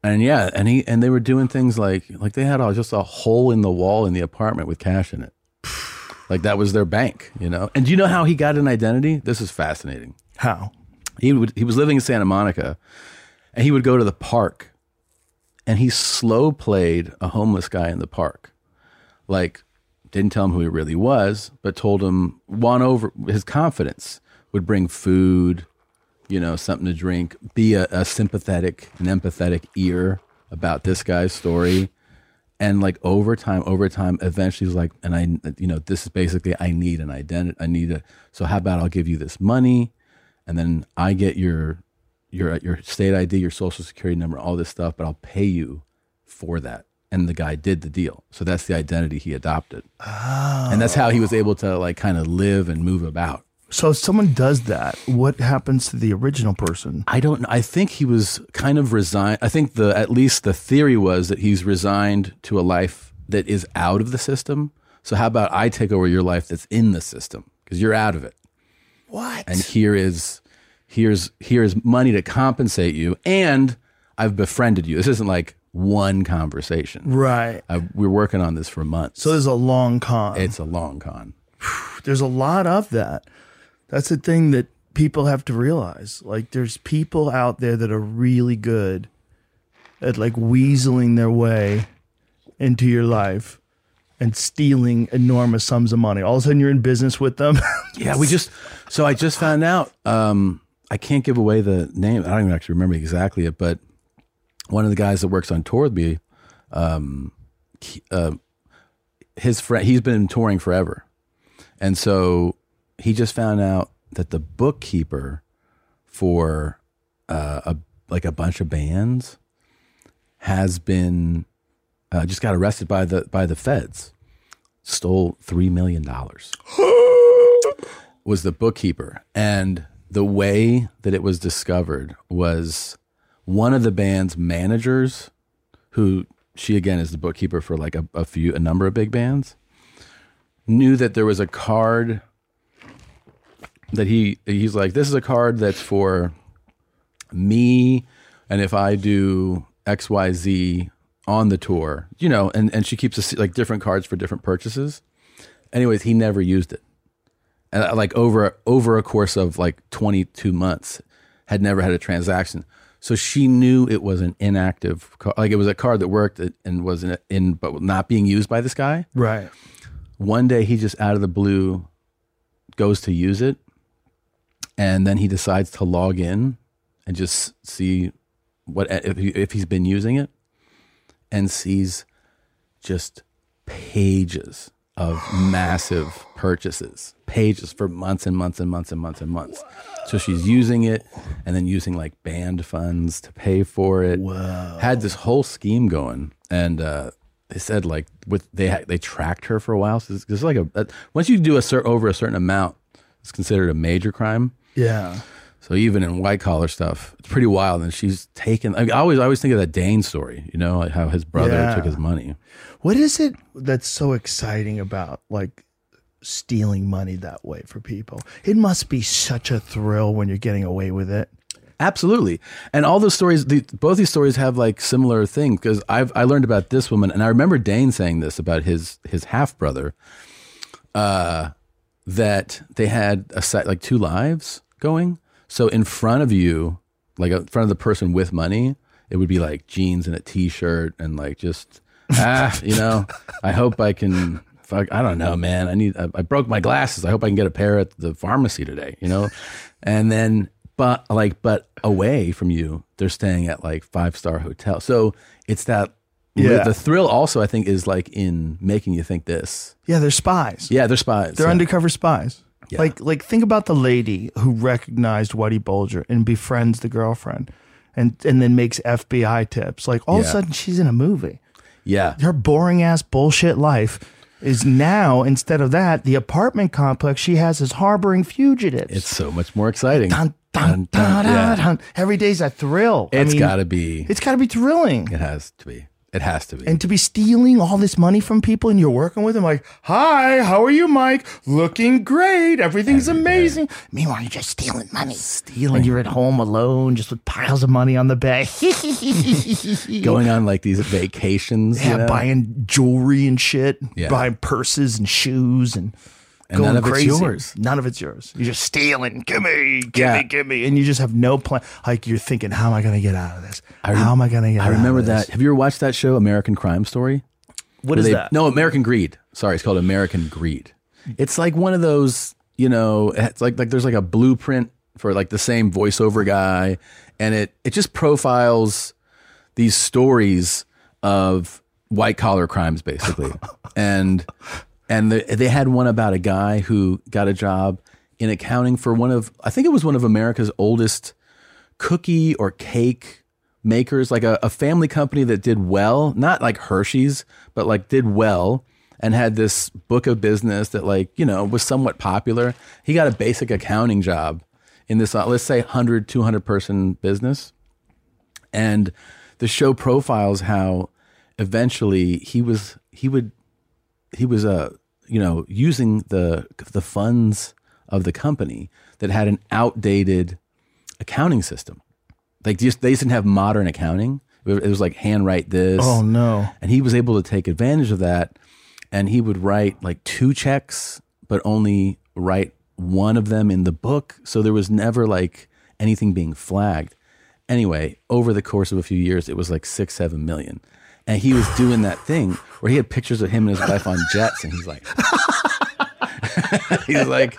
And yeah, and he and they were doing things like like they had all just a hole in the wall in the apartment with cash in it. Like that was their bank, you know. And do you know how he got an identity? This is fascinating. How? He would he was living in Santa Monica, and he would go to the park, and he slow played a homeless guy in the park, like didn't tell him who he really was, but told him won over his confidence would bring food, you know, something to drink, be a, a sympathetic and empathetic ear about this guy's story. And like over time, over time, eventually he's like, and I, you know, this is basically, I need an identity. I need a, so how about I'll give you this money and then I get your, your, your state ID, your social security number, all this stuff, but I'll pay you for that. And the guy did the deal. So that's the identity he adopted. And that's how he was able to like kind of live and move about. So if someone does that, what happens to the original person? I don't. know. I think he was kind of resigned. I think the at least the theory was that he's resigned to a life that is out of the system. So how about I take over your life that's in the system because you're out of it. What? And here is here's here's money to compensate you, and I've befriended you. This isn't like one conversation. Right. I, we're working on this for months. So there's a long con. It's a long con. There's a lot of that. That's the thing that people have to realize. Like, there's people out there that are really good at like weaseling their way into your life and stealing enormous sums of money. All of a sudden, you're in business with them. (laughs) Yeah, we just so I just found out. Um, I can't give away the name. I don't even actually remember exactly it, but one of the guys that works on tour with me, um, he- uh, his friend, he's been touring forever, and so he just found out that the bookkeeper for uh, a like a bunch of bands has been uh, just got arrested by the by the feds. Stole three million dollars. was the bookkeeper, and the way that it was discovered was one of the band's managers, who she again is the bookkeeper for like a, a few a number of big bands, knew that there was a card that he he's like this is a card that's for me and if i do xyz on the tour you know and, and she keeps a, se- like different cards for different purchases anyways he never used it and uh, like over over a course of like 22 months had never had a transaction so she knew it was an inactive card like it was a card that worked and was in, in but not being used by this guy right. one day he just out of the blue goes to use it and then he decides to log in and just see what if, he, if he's been using it and sees just pages of massive purchases pages for months and months and months and months and months so she's using it and then using like band funds to pay for it had this whole scheme going and uh they said like with they ha- they tracked her for a while so this, this is like a, a once you do a cer- over a certain amount it's considered a major crime Yeah. so even in white collar stuff, it's pretty wild. And she's taken. I always, I always think of that Dane story. You know, like how his brother Yeah. took his money. What is it that's so exciting about like stealing money that way for people? It must be such a thrill when you're getting away with it. Absolutely. And all those stories, the, both these stories have like similar things because I've I learned about this woman, and I remember Dane saying this about his his half brother, uh, that they had a set like two lives going. So in front of you, like in front of the person with money, it would be like jeans and a t shirt and (laughs) like just ah, you know, I hope I can. Fuck, I don't know, man. I need. I, I broke my glasses. I hope I can get a pair at the pharmacy today. You know, and then but like but away from you, they're staying at like five star hotel. So it's that. Yeah. The thrill also, I think, is like in making you think this. Yeah, they're spies. Yeah, they're spies. They're yeah. undercover spies. Like like think about the lady who recognized Whitey Bulger and befriends the girlfriend and and then makes FBI tips. Like all of a Yeah. sudden she's in a movie. Yeah. Her boring ass bullshit life is now instead of that the apartment complex she has is harboring fugitives. It's so much more exciting. Dun, dun, dun, dun, yeah. dun. Every day's a thrill. I It's mean, got to be. It's got to be thrilling. It has to be. It has to be. And to be stealing all this money from people and you're working with them, like, hi, how are you, Mike? Looking great. Everything's amazing. Meanwhile, you're just stealing money. Stealing. And you're at home alone, just with piles of money on the (laughs) (laughs) bed. Going on like these vacations. you yeah, know? buying jewelry and shit, Yeah. buying purses and shoes and And none of it's yours. None of it's yours. You're just stealing. Give me, give Yeah. me, give me, and you just have no plan. Like you're thinking, how am I going to get out of this? how am I going to get? I out of remember this? that. Have you ever watched that show, American Crime Story? What Where is they- that? No, American Greed. Sorry, it's called American Greed. It's like one of those, you know, it's like like there's like a blueprint for like the same voiceover guy, and it it just profiles these stories of white collar (laughs) crimes basically, and and the, they had one about a guy who got a job in accounting for one of I think it was one of America's oldest cookie or cake makers, like a, a family company that did well, not like Hershey's, but like did well and had this book of business that like, you know, was somewhat popular. He got a basic accounting job in this, uh, let's say 100, 200 person business. And the show profiles how eventually he was, he would, he was, uh, you know, using the, the funds of the company that had an outdated accounting system. Like just they just didn't have modern accounting. It was- it was like handwrite this. Oh, no. And he was able to take advantage of that, and he would write like two checks, but only write one of them in the book. So there was never like anything being flagged. Anyway, over the course of a few years, it was like six, seven million. And he was doing that thing where he had pictures of him and his wife on jets, and he's like, (laughs) he's like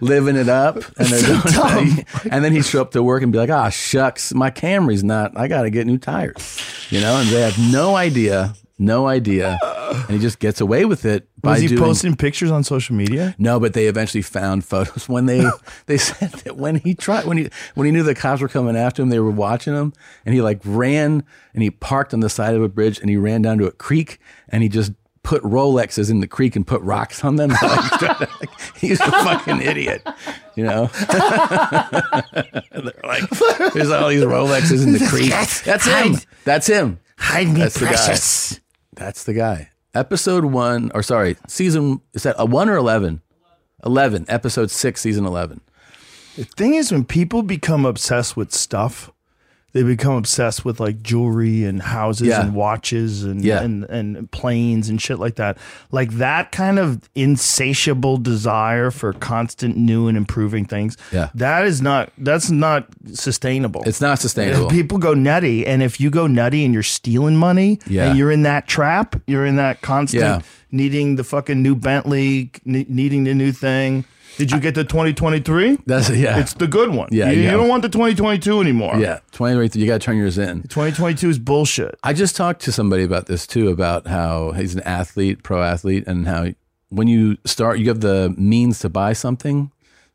living it up, and, they're doing- (laughs) and then he'd show up to work and be like, "Ah, shucks, my Camry's not. I got to get new tires," you know. And they have no idea, no idea, and he just gets away with it by Was he doing. posting pictures on social media? no, but they eventually found photos when they they said that when he tried when he when he knew the cops were coming after him, they were watching him, and he like ran and he parked on the side of a bridge and he ran down to a creek and he just put Rolexes in the creek and put rocks on them. (laughs) Like, try to- like, he's a fucking idiot, you know. (laughs) They're like, there's all these Rolexes in the creek. That's him. That's him. Hide me, That's the guy. precious. That's the guy. Episode one, or sorry, season is that a one or eleven? Eleven. Episode six, season eleven. The thing is, when people become obsessed with stuff, they become obsessed with like jewelry and houses Yeah. and watches and, Yeah. and and planes and shit like that. Like that kind of insatiable desire for constant new and improving things. Yeah. that is not that's not sustainable. It's not sustainable. People go nutty, and if you go nutty and you're stealing money, Yeah. and you're in that trap, you're in that constant Yeah. needing the fucking new Bentley, ne- needing the new thing. Did you get the 2023? (laughs) That's yeah. It's the good one. Yeah, you, yeah. you don't want the 2022 anymore. (laughs) yeah. Twenty eighth. You got to turn yours in. 2022 is bullshit. I just talked to somebody about this too, about how he's an athlete, pro athlete, and how when you start, you have the means to buy something,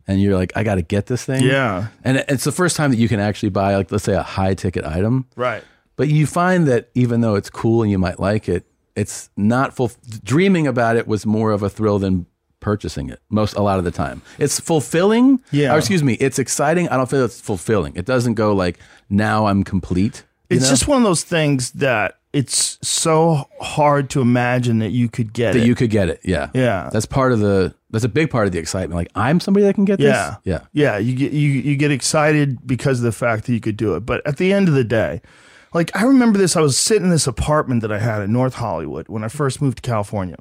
and you're like, I got to get this thing. Yeah. And it's the first time that you can actually buy, like, let's say, a high ticket item. Right. But you find that even though it's cool and you might like it, it's not full. Dreaming about it was more of a thrill than purchasing it most a lot of the time. It's fulfilling. Yeah. Or excuse me, it's exciting. I don't feel it's fulfilling. It doesn't go like now I'm complete. you It's know? just one of those things that it's so hard to imagine that you could get that it. you could get it. Yeah. Yeah. That's part of the. That's a big part of the excitement. Like I'm somebody that can get yeah. this. Yeah. Yeah. You get you you get excited because of the fact that you could do it. But at the end of the day, like I remember this, I was sitting in this apartment that I had in North Hollywood when I first moved to California.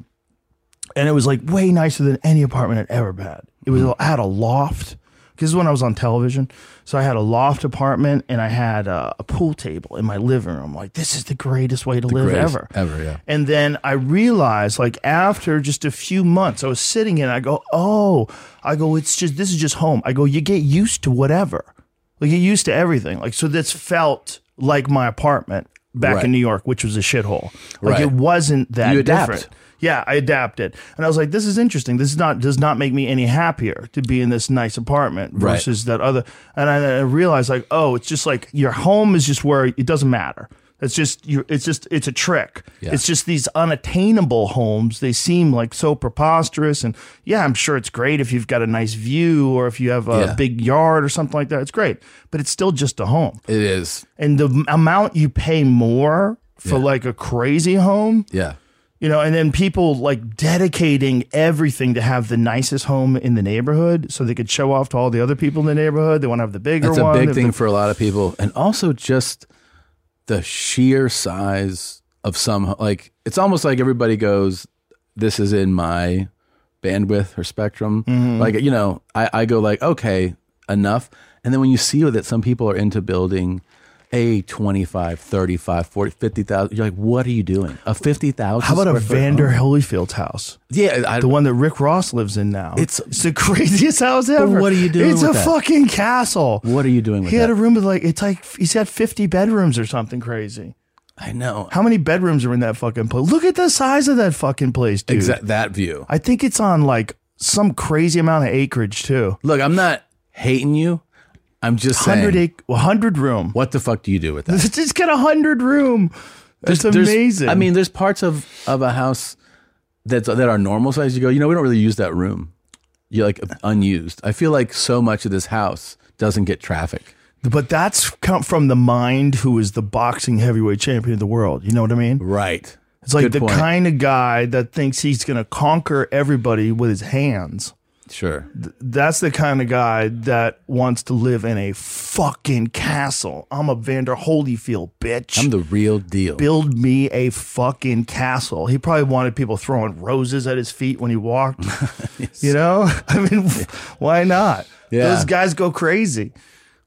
And it was like way nicer than any apartment I'd ever had. It was Mm-hmm. I had a loft. This is when I was on television. So I had a loft apartment and I had a, a pool table in my living room. Like, this is the greatest way to live Greatest ever. Ever. Yeah. And then I realized, like, after just a few months, I was sitting in, I go, oh, I go, it's just, this is just home. I go, you get used to whatever. Like, you get used to everything. Like, so this felt like my apartment back Right. in New York, which was a shithole. Like, Right. it wasn't that You adapt. different. Yeah, I adapted. And I was like, this is interesting. This is not, does not make me any happier to be in this nice apartment Right. versus that other. And I, I realized, like, oh, it's just like your home is just where it doesn't matter. It's just you. It's just it's a trick. Yeah. It's just these unattainable homes. They seem like so preposterous. And yeah, I'm sure it's great if you've got a nice view or if you have a Yeah. big yard or something like that. It's great, but it's still just a home. It is. And the m- amount you pay more for Yeah. like a crazy home, Yeah. you know, and then people like dedicating everything to have the nicest home in the neighborhood so they could show off to all the other people in the neighborhood. They want to have the bigger That's one. a big If thing the- for a lot of people, and also just the sheer size of some. Like it's almost like everybody goes, "This is in my bandwidth or spectrum. Mm-hmm. Like you know, I, I go like, okay, enough. And then when you see that some people are into building a 25, 35, 40, 50,000, you're like, what are you doing? A 50,000 How about a square foot Vander home? Holyfield's house? Yeah, I- the one that Rick Ross lives in now. It's- it's the (laughs) craziest house But ever. what are you doing It's with a that? fucking castle. What are you doing with He had a that? room with like it's like he's had fifty bedrooms or something crazy. I know. How many bedrooms are in that fucking place? Look at the size of that fucking place, dude. Exact that view. I think it's on like some crazy amount of acreage too. Look, I'm not hating you. I'm just saying, Hundred ac- hundred room. what the fuck do you do with that? It's just got a hundred room. That's There's- there's- amazing. I mean, there's parts of of a house that's that are normal size. You go, you know, we don't really use that room. You're like unused. I feel like so much of this house doesn't get traffic. but that's come from the mind who is the boxing heavyweight champion of the world. You know what I mean? Right. It's like Good the point. kind of guy that thinks he's going to conquer everybody with his hands. Sure. That's the kind of guy that wants to live in a fucking castle. I'm a Vander Holyfield, bitch. I'm the real deal. Build me a fucking castle. He probably wanted people throwing roses at his feet when he (laughs) walked. You know? (laughs) I mean, why not? Yeah. Those guys go crazy.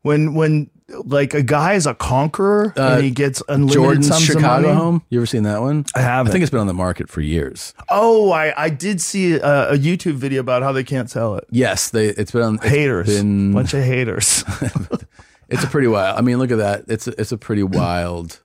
When, when, like a guy is a conqueror Uh, and he gets unlimited Jordan's sums Chicago of money. home. You ever seen that one? I haven't. I think it's been on the market for years. Oh, I, I did see a, a YouTube video about how they can't sell it. Yes, they. It's been on it's Haters, been- bunch of (laughs) haters. (laughs) It's a pretty wild. I mean, look at that. It's a, it's a pretty wild.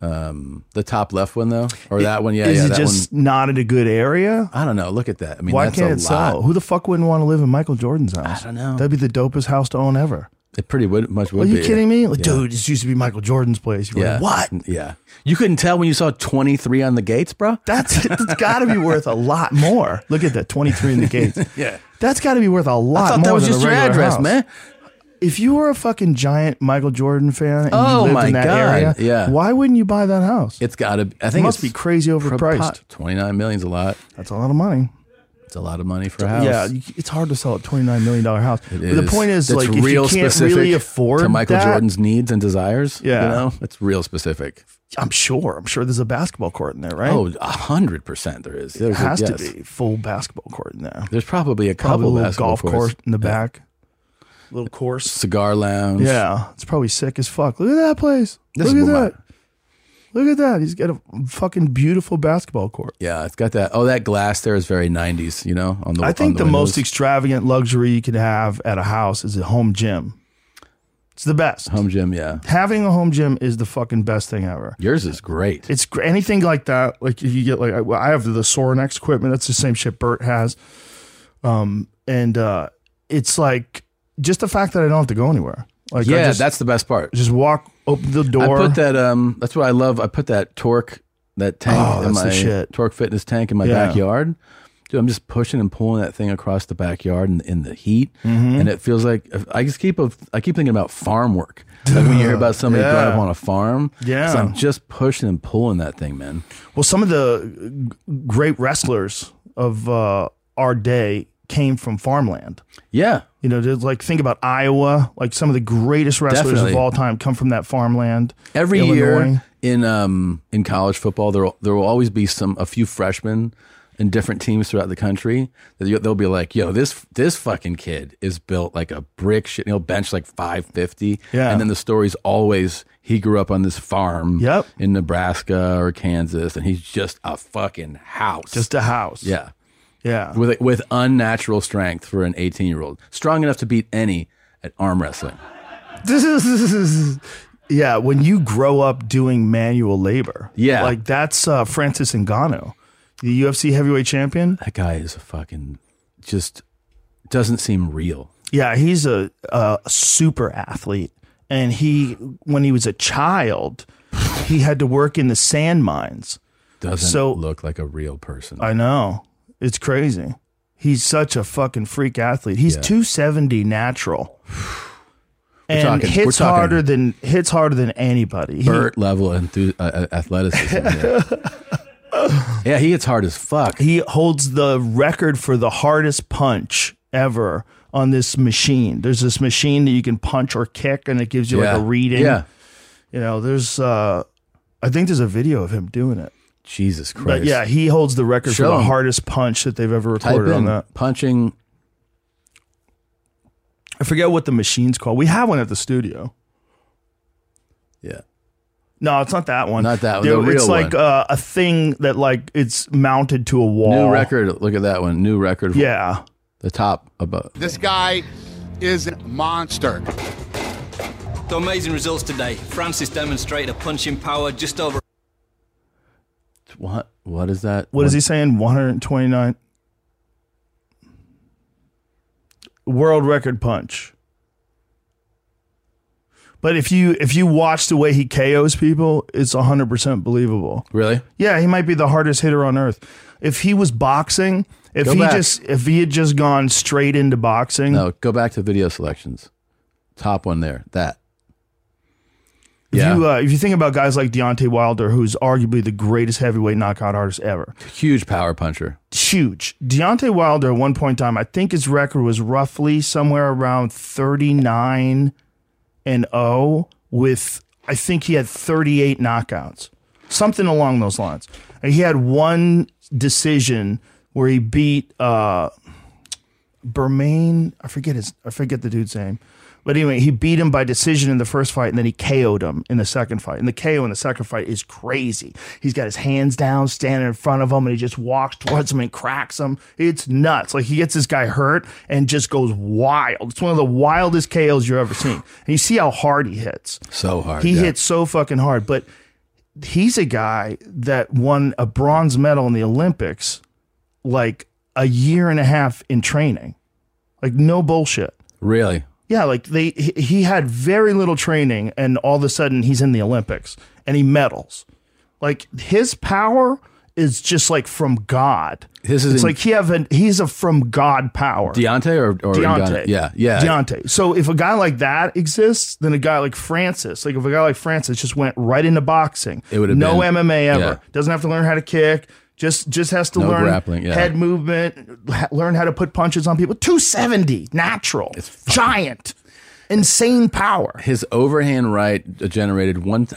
Um, the top left one though, or that one? Yeah, Is yeah, it that just not in a good area? one. I don't know. Look at that. I mean, Why that's can't a it lot. sell? Who the fuck wouldn't want to live in Michael Jordan's house? I don't know. That'd be the dopest house to own ever. It pretty would, much would Are be. you kidding me? Like, dude, this used to be Michael Jordan's place. You're Yeah. like, (laughs) what? Yeah. You couldn't tell when you saw 23 on the gates, bro? That's that's got to be worth a lot more. Look at that, twenty three in the gates. (laughs) Yeah. that's got to be worth a lot I thought more that was than a just your regular address, house. man. If you were a fucking giant Michael Jordan fan and Oh you lived my in that God. area, Yeah. why wouldn't you buy that house? It's got to I think must it's be crazy overpriced. prepo- 29 million's a lot. That's a lot of money. It's a lot of money for a house. Yeah, you, it's hard to sell a twenty nine million dollar house. It But the is. point is, That's like, if real you can't specific really afford to Michael that, Jordan's needs and desires. Yeah. You know, it's real specific. I'm sure. I'm sure there's a basketball court in there, right? Oh, a hundred percent there is. There's it a- has to yes. be full basketball court in there. There's probably a Probably a couple little basketball golf courts. course in the Yeah. back, little course. Cigar lounge. Yeah, it's probably sick as fuck. Look at that place. This Look is at what that. Look at that. He's got a fucking beautiful basketball court. Yeah, it's got that. Oh, that glass there is very 90s, you know, on the I Oh, on think the, most windows. extravagant luxury you can have at a house is a home gym. It's the best. home gym, yeah. Having a home gym is the fucking best thing ever. Yours is great. It's gr- anything like that. Like you get like I, well, I have the Sorenex equipment. That's the same shit Bert has. Um, and uh, it's like just the fact that I don't have to go anywhere. Like I yeah, just, that's the best part. just walk, open the door. I put that. Um, that's what I love. I put that torque, that tank Oh, in that's the my shit. torque fitness tank in my Yeah. backyard. Dude, I'm just pushing and pulling that thing across the backyard in, in the heat, Mm-hmm. and it feels like I just keep a, I keep thinking about farm work. Like when you hear about somebody (laughs) Yeah. growing up on a farm, 'cause Yeah. I'm just pushing and pulling that thing, man. Well, some of the uh, g- great wrestlers of uh, our day came from farmland. Yeah, You know, just like think about Iowa. Like some of the greatest wrestlers Definitely. of all time come from that farmland. every Illinois. year in um in college football there there will always be some a few freshmen in different teams throughout the country that you- they'll be like yo this this fucking kid is built like a brick shit and he'll bench like 550 Yeah. and then the story's always he grew up on this farm Yep. in Nebraska or Kansas and he's just a fucking house just a house. yeah yeah. with with unnatural strength for an 18 year old strong enough to beat any at arm wrestling (laughs) yeah, when you grow up doing manual labor. Yeah. Like that's uh, Francis Ngannou, the UFC heavyweight champion. that guy is a fucking just doesn't seem real Yeah, he's a, a super athlete. And he, when he was a child, he had to work in the sand mines. doesn't So- look like a real person. I know. It's crazy. He's such a fucking freak athlete. He's Yeah. 270 270 natural. and talking- we're hits talking- harder than hits harder than anybody. He- Burt level enthu- uh, uh, athleticism. Yeah. (laughs) yeah, he hits hard as fuck. he holds the record for the hardest punch ever on this machine. There's this machine that you can punch or kick, and it gives you yeah. like a reading. Yeah, You know, there's uh, I think there's a video of him doing it. Jesus Christ. But yeah, he holds the record Show for the him. hardest punch that they've ever Type recorded on in that. punching. I forget what the machine's called. We have one at the studio. Yeah. No, it's not that one. Not that one, Dude, the real it's like one. Uh, a thing that like it's mounted to a wall. New record. Look at that one. New record. Yeah. The top above. This guy is a monster. The amazing results today. Francis demonstrated a punching power just over. What? What is that? What is he saying? 129 world record punch. But if you if you watch the way he KOs people, it's 100% believable. Really? Yeah, he might be the hardest hitter on earth. If he was boxing, if Go he back. just if he had just gone straight into boxing, No, go back to video selections. Top one there. That. If Yeah. you uh, if you think about guys like Deontay Wilder, who's arguably the greatest heavyweight knockout artist ever, Huge power puncher. huge. Deontay Wilder at one point in time, I think his record was roughly somewhere around thirty nine and zero with I think he had thirty eight knockouts, something along those lines. And he had one decision where he beat uh, Bermain. I forget his. I forget the dude's name. But anyway, he beat him by decision in the first fight, and then he KO'd him in the second fight. And the KO in the second fight is crazy. He's got his hands down, standing in front of him, and he just walks towards him and cracks him. It's nuts. Like he gets this guy hurt and just goes wild. It's one of the wildest KOs you've ever seen. And you see how hard he hits. So hard. He yeah. hits so fucking hard. But he's a guy that won a bronze medal in the Olympics like a year and a half in training. Like no bullshit. Really? Yeah, like they he- he had very little training and all of a sudden he's in the Olympics and he medals. Like his power is just like from God. His is it's in- like he have an he's a from God power. Deontay or, or Deontay. Yeah. Yeah. Deontay. So if a guy like that exists, then a guy like Francis, like if a guy like Francis just went right into boxing, It would have no been- MMA ever. yeah. Doesn't have to learn how to kick. Just just has to No learn grappling, yeah. head movement, ha- learn how to put punches on people. Two seventy, natural, giant, insane power. His overhand right generated one.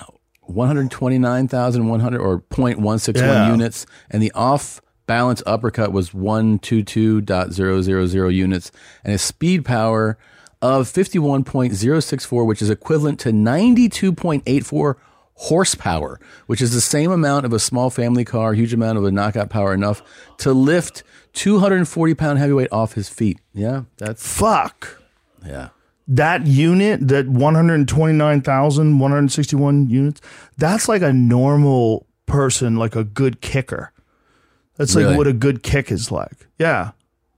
129,100 or 0.161 Yeah. units, and the off balance uppercut was 122.000 units, and a speed power of 51.064, which is equivalent to 92.84 horsepower, which is the same amount of a small family car, huge amount of a knockout power, enough to lift 240 pound heavyweight off his feet. Yeah, that's fuck. Yeah. That unit, that 129,161 units, that's like a normal person, like a good kicker. That's like Really? what a good kick is like. Yeah.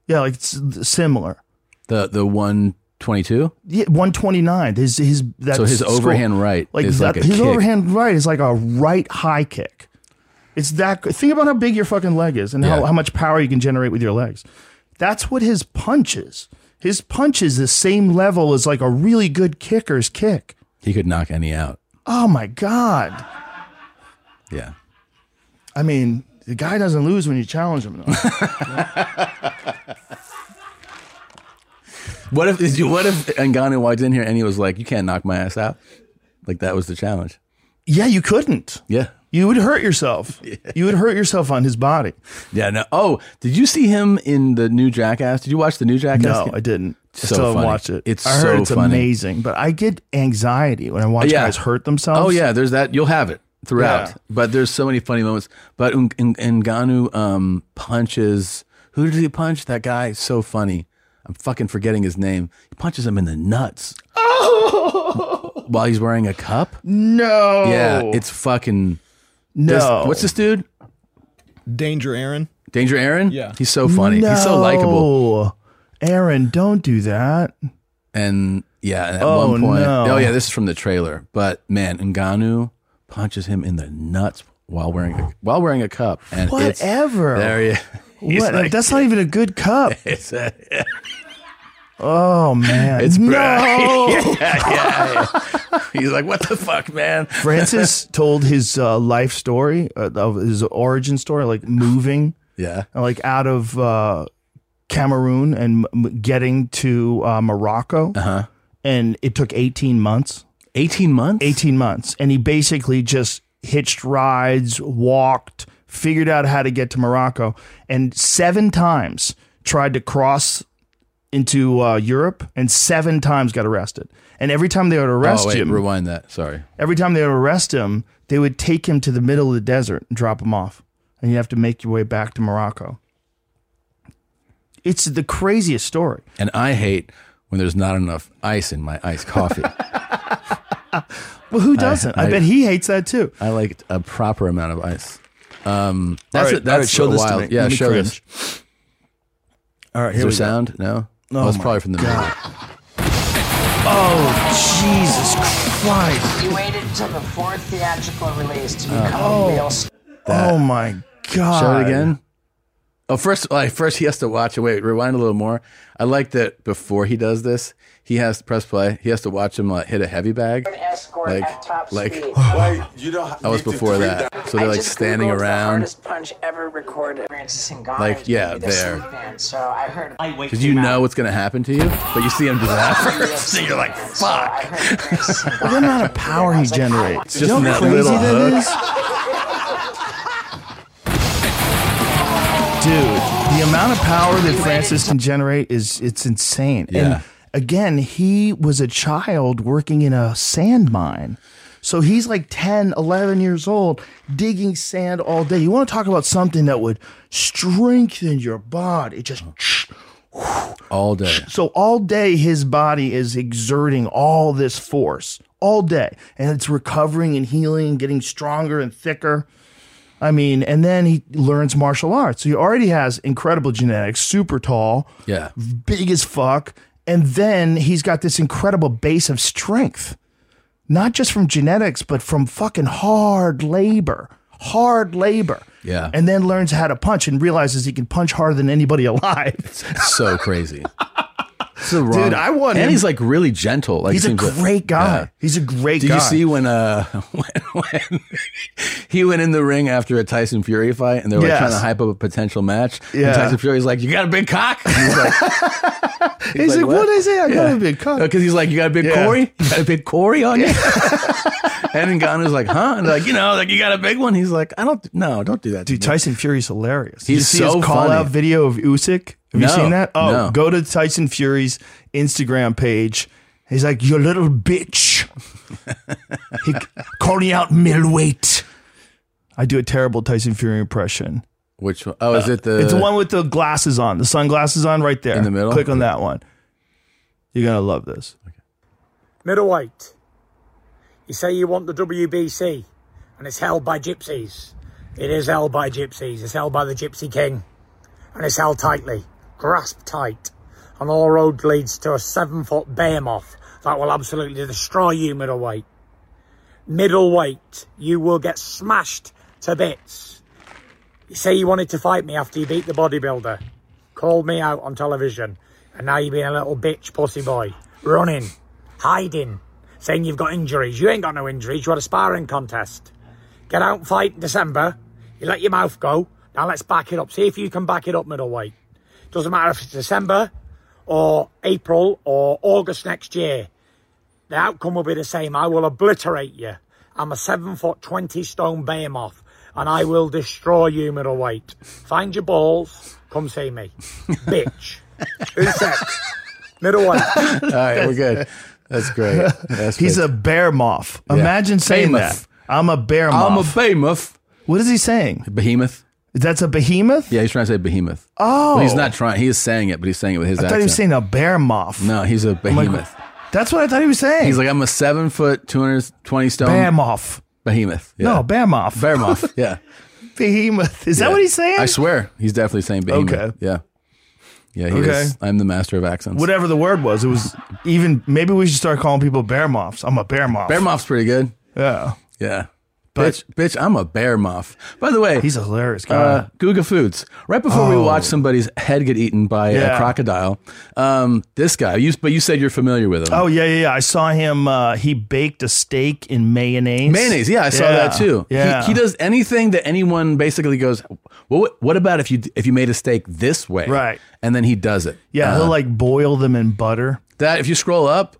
Yeah, like it's similar. The the 122? Yeah, 129. His his that's so his school. overhand right Like, is that, like a his kick. overhand right is like a right high kick. It's that think about how big your fucking leg is and how, Yeah. how much power you can generate with your legs. That's what his punch is. His punch is the same level as like a really good kicker's kick. He could knock any out. Oh my god. Yeah. I mean, the guy doesn't lose when you challenge him. (laughs) though. What if (laughs) what if Ngannou walked in here and he was like, "You can't knock my ass out," like that was the challenge. yeah, you couldn't. Yeah, You would hurt (laughs) yourself. You would hurt yourself on his body. yeah. No. Oh, did you see him in the new Jackass? Did you watch the new Jackass? No, I didn't. I So still haven't funny. watched it. It's I heard so it's funny. amazing, but I get anxiety when I watch Yeah. guys hurt themselves. Oh yeah, there's that. You'll have it throughout. Yeah. But there's so many funny moments. But Ng- Ng- Ngannou um, punches. Who did he punch? That guy. So funny. I'm fucking forgetting his name. He punches him in the nuts Oh! while he's wearing a cup. No. Yeah, it's fucking. Oh. no. This- what's this dude? Danger Aaron. Danger Aaron? Yeah. He's so funny. He's so likable. No. Aaron, don't do that. And yeah, and at Oh, one point. no. Oh, yeah, this is from the trailer. But man, Nganu punches him in the nuts while wearing a, while wearing a cup. And it's- Whatever. There (laughs) you he's What? like- That's not even a good (laughs) cup. it's, Oh man. it's (laughs) no. yeah, yeah, yeah. He's like, what the fuck, man? Francis told his uh, life story, uh, of his origin story, like moving, Yeah. like out of uh, Cameroon and m- getting to uh, Morocco, Uh-huh. and it took eighteen months. 18 months? 18 months. And he basically just hitched rides, walked, figured out how to get to Morocco, and seven times tried to cross into uh, Europe, and seven times got arrested. And every time they would arrest oh, wait, him, rewind that. Sorry. every time they would arrest him, they would take him to the middle of the desert and drop him off. And you have to make your way back to Morocco. It's the craziest story. And I hate when there's not enough ice in my iced coffee. Well, who doesn't? I, bet he hates that too. I like a proper amount of ice. Um, that's right, it. that's all right, show a this to wild. me. Yeah, Let me show cringe. this. All right, here Is there we go. sound? No, Oh, oh, it's my probably from the God. movie. Oh, Jesus Christ. You waited until the fourth theatrical release to Oh. become Oh. a real star. Oh my God. Show it again. Oh, (laughs) first, like, first he has to watch it. Wait, rewind a little more. I like that before he does this, he has to press play. He has to watch him like, hit a heavy bag. Escort at top Like, (laughs) like speed. (sighs) that was before that. So they're I like just standing Googled the around. hardest punch ever recorded. Francis Ngannou Like, is yeah, gonna be the there. Snoop Man, So I heard. I wait. Because you know what's going to happen to you, but you see him do that (laughs) first, and (laughs) you're like, fuck. (laughs) Look at the amount of power he generates. Just You know in how that crazy little that hook. is? Dude, the amount of power that Francis can generate is it's insane. Yeah. And again, he was a child working in a sand mine. So he's like 10, 11 years old digging sand all day. You want to talk about something that would strengthen your body. It just All day. so all day his body is exerting all this force all day and it's recovering and healing and getting stronger and thicker. I mean, and then he learns martial arts. So he already has incredible genetics, super tall, Yeah. big as fuck, and then he's got this incredible base of strength. Not just from genetics, but from fucking hard labor. Hard labor. Yeah. And then learns how to punch and realizes he can punch harder than anybody (laughs) alive. so crazy. It's the wrong. I want And him- he's like really gentle. Like He's a seems like- great guy. Yeah. He's a great Did guy. you see when uh (laughs) when, when he went in the ring after a Tyson Fury fight and they were like, Yes. trying to hype up a potential match? Yeah. And Tyson Fury's like, "You got a big cock." (laughs) And he's like, He's, like, what is it? I got a big cock. Because he's like, "You got a big Yeah. Corey? You got a big Corey on you?" (laughs) and Ngannou's like, "Huh?" And they're like, "You know, like you got a big one." He's like, "I don't. No, don't do that." to Dude, me." Tyson Fury's hilarious. He's Did you see so his call funny. out video of Usyk. Have you No, seen that? Oh, no. go to Tyson Fury's Instagram page. He's like, "You little (laughs) bitch," he, calling out middleweight. I do a terrible Tyson Fury impression. Which one? Oh, is it the? it's the one with the glasses on, the sunglasses on, right there In the middle? Click on that one. You're gonna love this. Middleweight. You say you want the WBC, and it's held by gypsies. It is held by gypsies. It's held by the Gypsy King, and it's held tightly, grasp tight, and all road leads to a seven-foot behemoth that will absolutely destroy you, middleweight. Middleweight, you will get smashed to bits. You say you wanted to fight me after you beat the bodybuilder, called me out on television, and now you're being a little bitch pussy boy, running hiding, saying you've got injuries. You ain't got no injuries. You had a sparring contest. Get out and fight in December. You let your mouth go. Now let's back it up. See if you can back it up, middleweight. Doesn't matter if it's December or April or August next year. The outcome will be the same. I will obliterate you. I'm a seven foot, 20 stone behemoth and I will destroy you, middleweight. Find your balls. Come see me. Bitch. Who's next? Middleweight. All right, we're good. (laughs) That's great. That's He's great. a bear moth. Yeah. Imagine saying Behemoth. that. I'm a bear moth. I'm a behemoth. What is he saying? Behemoth. That's a behemoth. Yeah, he's trying to say behemoth. Oh, But he's not trying. He is saying it, but he's saying it with his I thought accent. he was saying a bear moth. no, he's a I'm like, behemoth. That's what I thought he was saying. He's like, I'm a seven foot, 220 stone bear moth. behemoth. Yeah. No, bear moth. bear moth. (laughs) Yeah. Behemoth. Is that Yeah. what he's saying? I swear. He's definitely saying behemoth. Okay. Yeah. Yeah. He Okay. is. I'm the master of accents. Whatever the word was, it was even. Maybe we should start calling people bear moths. I'm a bear moth. Bear moth's pretty good. Yeah. Yeah. But- bitch, bitch, I'm a bear moth. By the way, He's a hilarious guy. Uh, Guga Foods. Right before we Oh. watched somebody's head get eaten by Yeah. a crocodile, um, this guy. You, but you said you're familiar with him. oh yeah, yeah, yeah. I saw him. Uh, he baked a steak in mayonnaise. Mayonnaise, yeah, I saw that too. He- Yeah. He, does anything that anyone basically goes, "What? What about if you if you made a steak this way?" Right. and then he does it. Yeah, Uh, he'll like boil them in butter. that. If you scroll up,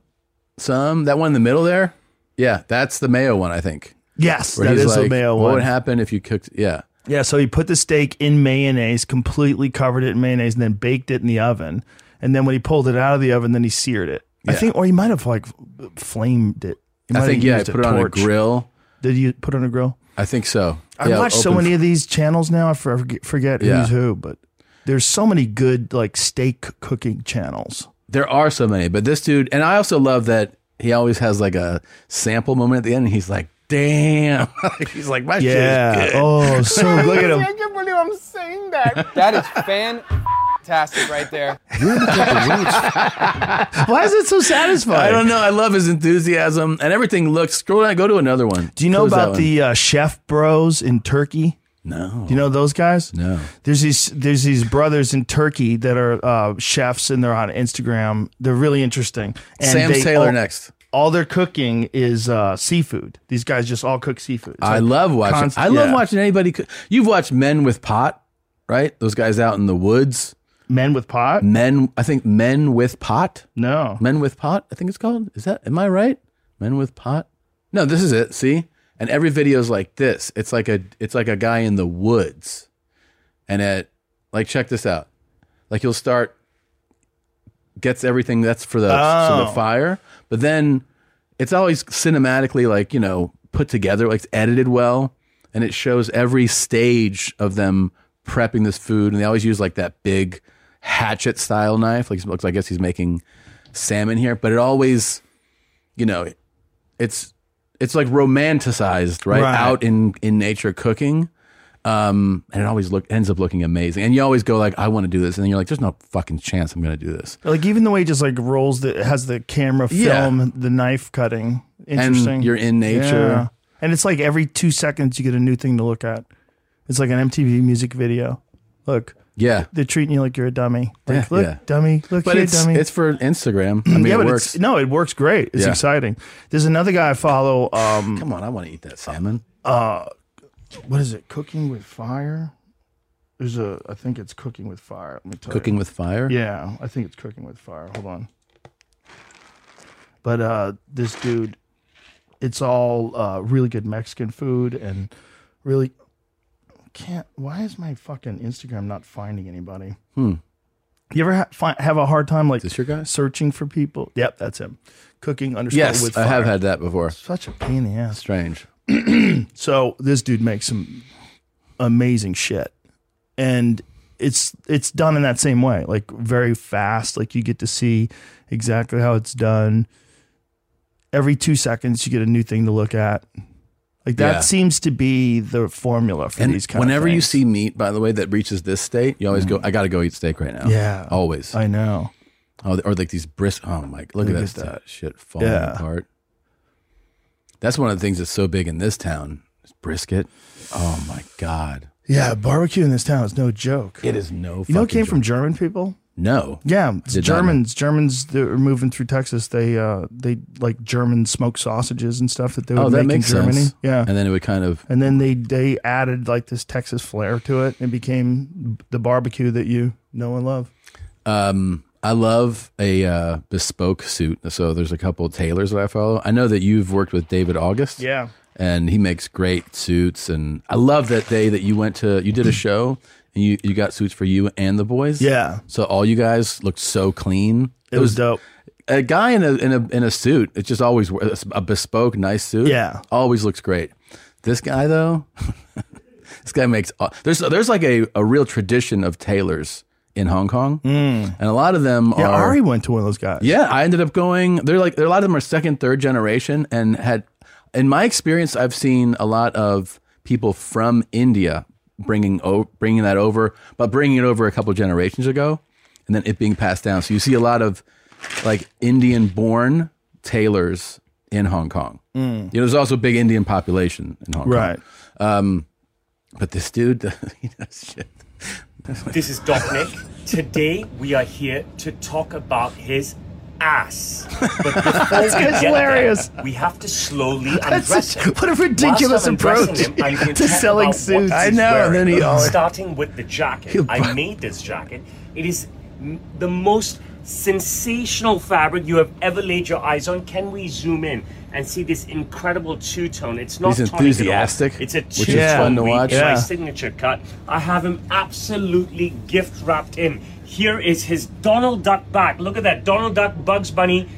some that one in the middle there, yeah, that's the mayo one, I think. Yes, Where that he's is like, a mayo What one. would happen if you cooked? Yeah, Yeah, so he put the steak in mayonnaise, completely covered it in mayonnaise, and then baked it in the oven. And then when he pulled it out of the oven, then he seared it. I Yeah. think, or he might have like flamed it. He I might have think, yeah, used put it on a torch. grill. Did you put it on a grill? I think so. I Yeah, watch so open- many of these channels now. I forget, forget Yeah. who's who, but there's so many good like steak cooking channels. There are so many, but this dude, and I also love that he always has like a sample moment at the end, and he's like, "Damn!" (laughs) he's like, "My Yeah. shit is good." Oh, (laughs) so look at him. I can't believe I'm saying that. That is fantastic right there. Why is it so satisfying? I don't know. I love his enthusiasm and everything. Looks. Scroll down. Go to another one. Do you know Close that about one. the uh, chef bros in Turkey? No. Do you know those guys? No. There's these there's these brothers in Turkey that are uh, chefs and they're on Instagram. They're really interesting. And Sam they Taylor all- next? All their cooking is uh, seafood. These guys just all cook seafood. It's I like love watching. const- I love yeah. watching anybody. cook. You've watched Men with Pot, right? Those guys out in the woods. Men with Pot. Men. I think Men with Pot. No. Men with Pot. I think it's called. Is that? Am I right? Men with Pot. No, this is it. See, and every video is like this. It's like a. It's like a guy in the woods, and it. Like check this out. Like he'll start. Gets everything that's for the so the Oh. fire, but then it's always cinematically like you know put together like it's edited well and it shows every stage of them prepping this food and they always use like that big hatchet style knife like it looks i guess he's making salmon here but it always you know it's it's like romanticized right, Right. out in in nature cooking um and it always look ends up looking amazing and you always go like i want to do this and then you're like there's no fucking chance i'm gonna do this Like even the way he just like rolls the has the camera Yeah. film the knife cutting. Interesting. you're in nature. And it's like every two seconds you get a new thing to look at. It's like an MTV music video. Look, yeah they're treating you like you're a dummy. Like, Yeah, look, yeah. dummy, look but here, it's dummy. it's for (clears throat) instagram i mean yeah, it but works it's no, it works great. It's Yeah. exciting. There's another guy I follow. Um, Come on, I want to eat that salmon. Uh, what is it? Cooking with fire. There's a. I think it's cooking with fire. Let me tell Cooking you. with Fire? Yeah, I think it's cooking with fire. Hold on. But uh, this dude, it's all uh, really good Mexican food and really can't. Why is my fucking Instagram not finding anybody? Hmm. You ever ha- fi- have a hard time like this your guy? searching for people? Yep, that's him. Cooking underscore Yes, with I have fire. had that before. Such a pain in the ass. Strange. so this dude makes some amazing shit, and it's it's done in that same way, like very fast. Like you get to see exactly how it's done. Every two seconds, you get a new thing to look at. Like that Yeah. seems to be the formula for And these kind whenever of you things. Mm. see meat, by the way, that reaches this state, you always go, I got to go eat steak right now. Yeah. Always. I know. Oh, or like these brisk. Oh, my. Look, at that, st- shit falling Yeah. apart. That's one of the things that's so big in this town is brisket. Oh, my God. Yeah, barbecue in this town is no joke. It is no You know, it fucking came from German people. No. Yeah, Did not Germans. Germans that are moving through Texas. They uh, they like German smoked sausages and stuff that they know. would Oh, make that makes in Germany. sense. Yeah, And then it would kind of. and then they they added like this Texas flair to it and became the barbecue that you know and love. Um, I love a uh, bespoke suit. So there's a couple of tailors that I follow. I know that you've worked with David August. Yeah. And he makes great suits. And I love that day that you went to, you did a show and you, you got suits for you and the boys. Yeah. So all you guys looked so clean. It was dope. A guy in a, in a, in a suit, it just always, wor- a bespoke, nice suit. Yeah. Always looks great. This guy though, (laughs) this guy makes aw- there's there's like a, a real tradition of tailors in Hong Kong, and a lot of them Mm. Yeah, are. Ari went to one of those guys. yeah, I ended up going. They're like a lot of them are second, third generation, and had in my experience, I've seen a lot of people from India bringing o- bringing that over, but bringing it over a couple generations ago, and then it being passed down. So you see a lot of like Indian born tailors in Hong Kong. Mm. You know, there's also a big Indian population in Hong Kong. Right. Um, but this dude, (laughs) he does shit. This is Doc Nick. Today we are here to talk about his ass. (laughs) But before That's we get hilarious. there, we have to slowly That's undress such- him. (laughs) what a ridiculous Whilst I'm undressing approach him, I'm (laughs) gonna to talk selling about what suits. he's I know, and then he wearing. all- starting with the jacket. He'll I bu- made this jacket. It is m- the most sensational fabric you have ever laid your eyes on. Can we zoom in and see this incredible two tone? It's not He's tonic at all. enthusiastic, It's a which two is fun to watch. My Yeah. signature cut. I have him absolutely gift wrapped in. Here is his Donald Duck back. Look at that Donald Duck Bugs Bunny.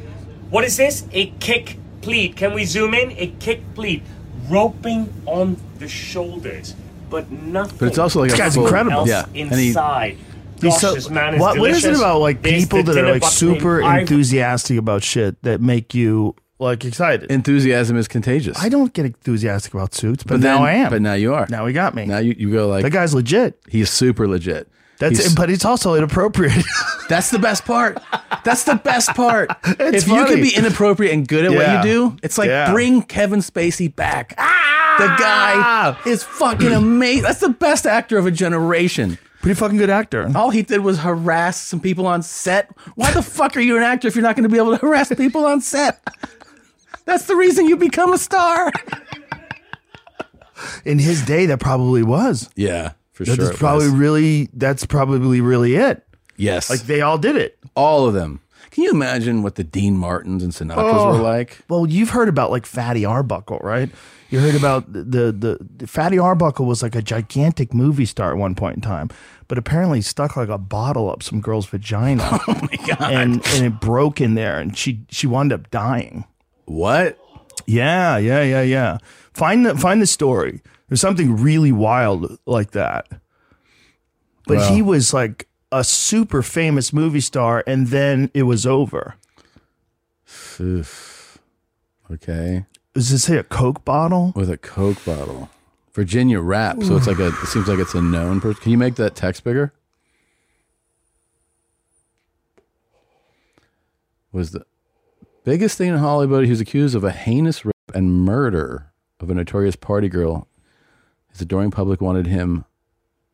What is this? A kick pleat. Can we zoom in? A kick pleat. Roping on the shoulders, but nothing. But it's also like This a guy's full- incredible. Else Yeah. And he- Inside. He's Gosh, so- this man is what, what is it delicious. about like There's people the that are dinner like buffet. super I've- enthusiastic about shit that make you like excited? Enthusiasm is contagious. I don't get enthusiastic about suits, but, now then- I am. But now you are. Now he got me. Now you, you go like that guy's legit. He's super legit. That's He's- but it's also inappropriate. (laughs) (laughs) That's the best part. That's the best part. It's if you funny. can be inappropriate and good at Yeah. what you do, it's like Yeah. Ah! bring Kevin Spacey back. The guy (clears throat) is fucking amazing. That's the best actor of a generation. Pretty fucking good actor. All he did was harass some people on set. Why the fuck are you an actor if you're not going to be able to harass people on set? That's the reason you become a star. In his day, that probably was. Yeah, for That sure. is it probably was. really. That's probably really it. Yes. Like they all did it. All of them. Can you imagine what the Dean Martins and Sinatras were like? Well, you've heard about like Fatty Arbuckle, right? You heard about the, the the Fatty Arbuckle was like a gigantic movie star at one point in time, but apparently stuck like a bottle up some girl's vagina. (laughs) Oh my god! And and it broke in there, and she she wound up dying. What? Yeah, yeah, yeah, yeah. Find the find the story. There's something really wild like that. But Wow. he was like a super famous movie star, and then it was over. Oof. Okay. Does it say a Coke bottle? With a Coke bottle. Virginia wrap. So it's like a, it seems like it's a known person. Can you make that text bigger? Was the biggest thing in Hollywood. He was accused of a heinous rape and murder of a notorious party girl. His adoring public wanted him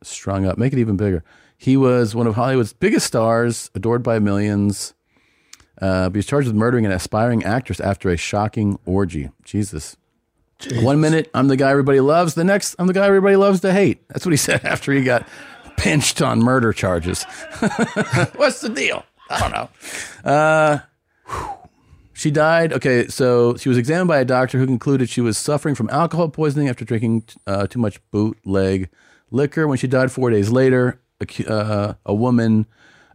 strung up. Make it even bigger. He was one of Hollywood's biggest stars, adored by millions. Uh, but he was charged with murdering an aspiring actress after a shocking orgy. Jesus. One minute, I'm the guy everybody loves. The next, I'm the guy everybody loves to hate. That's what he (laughs) said after he got pinched on murder charges. (laughs) What's the deal? I don't know. Uh, she died. Okay, so she was examined by a doctor who concluded she was suffering from alcohol poisoning after drinking uh, too much bootleg liquor. When she died four days later, acu- uh, a woman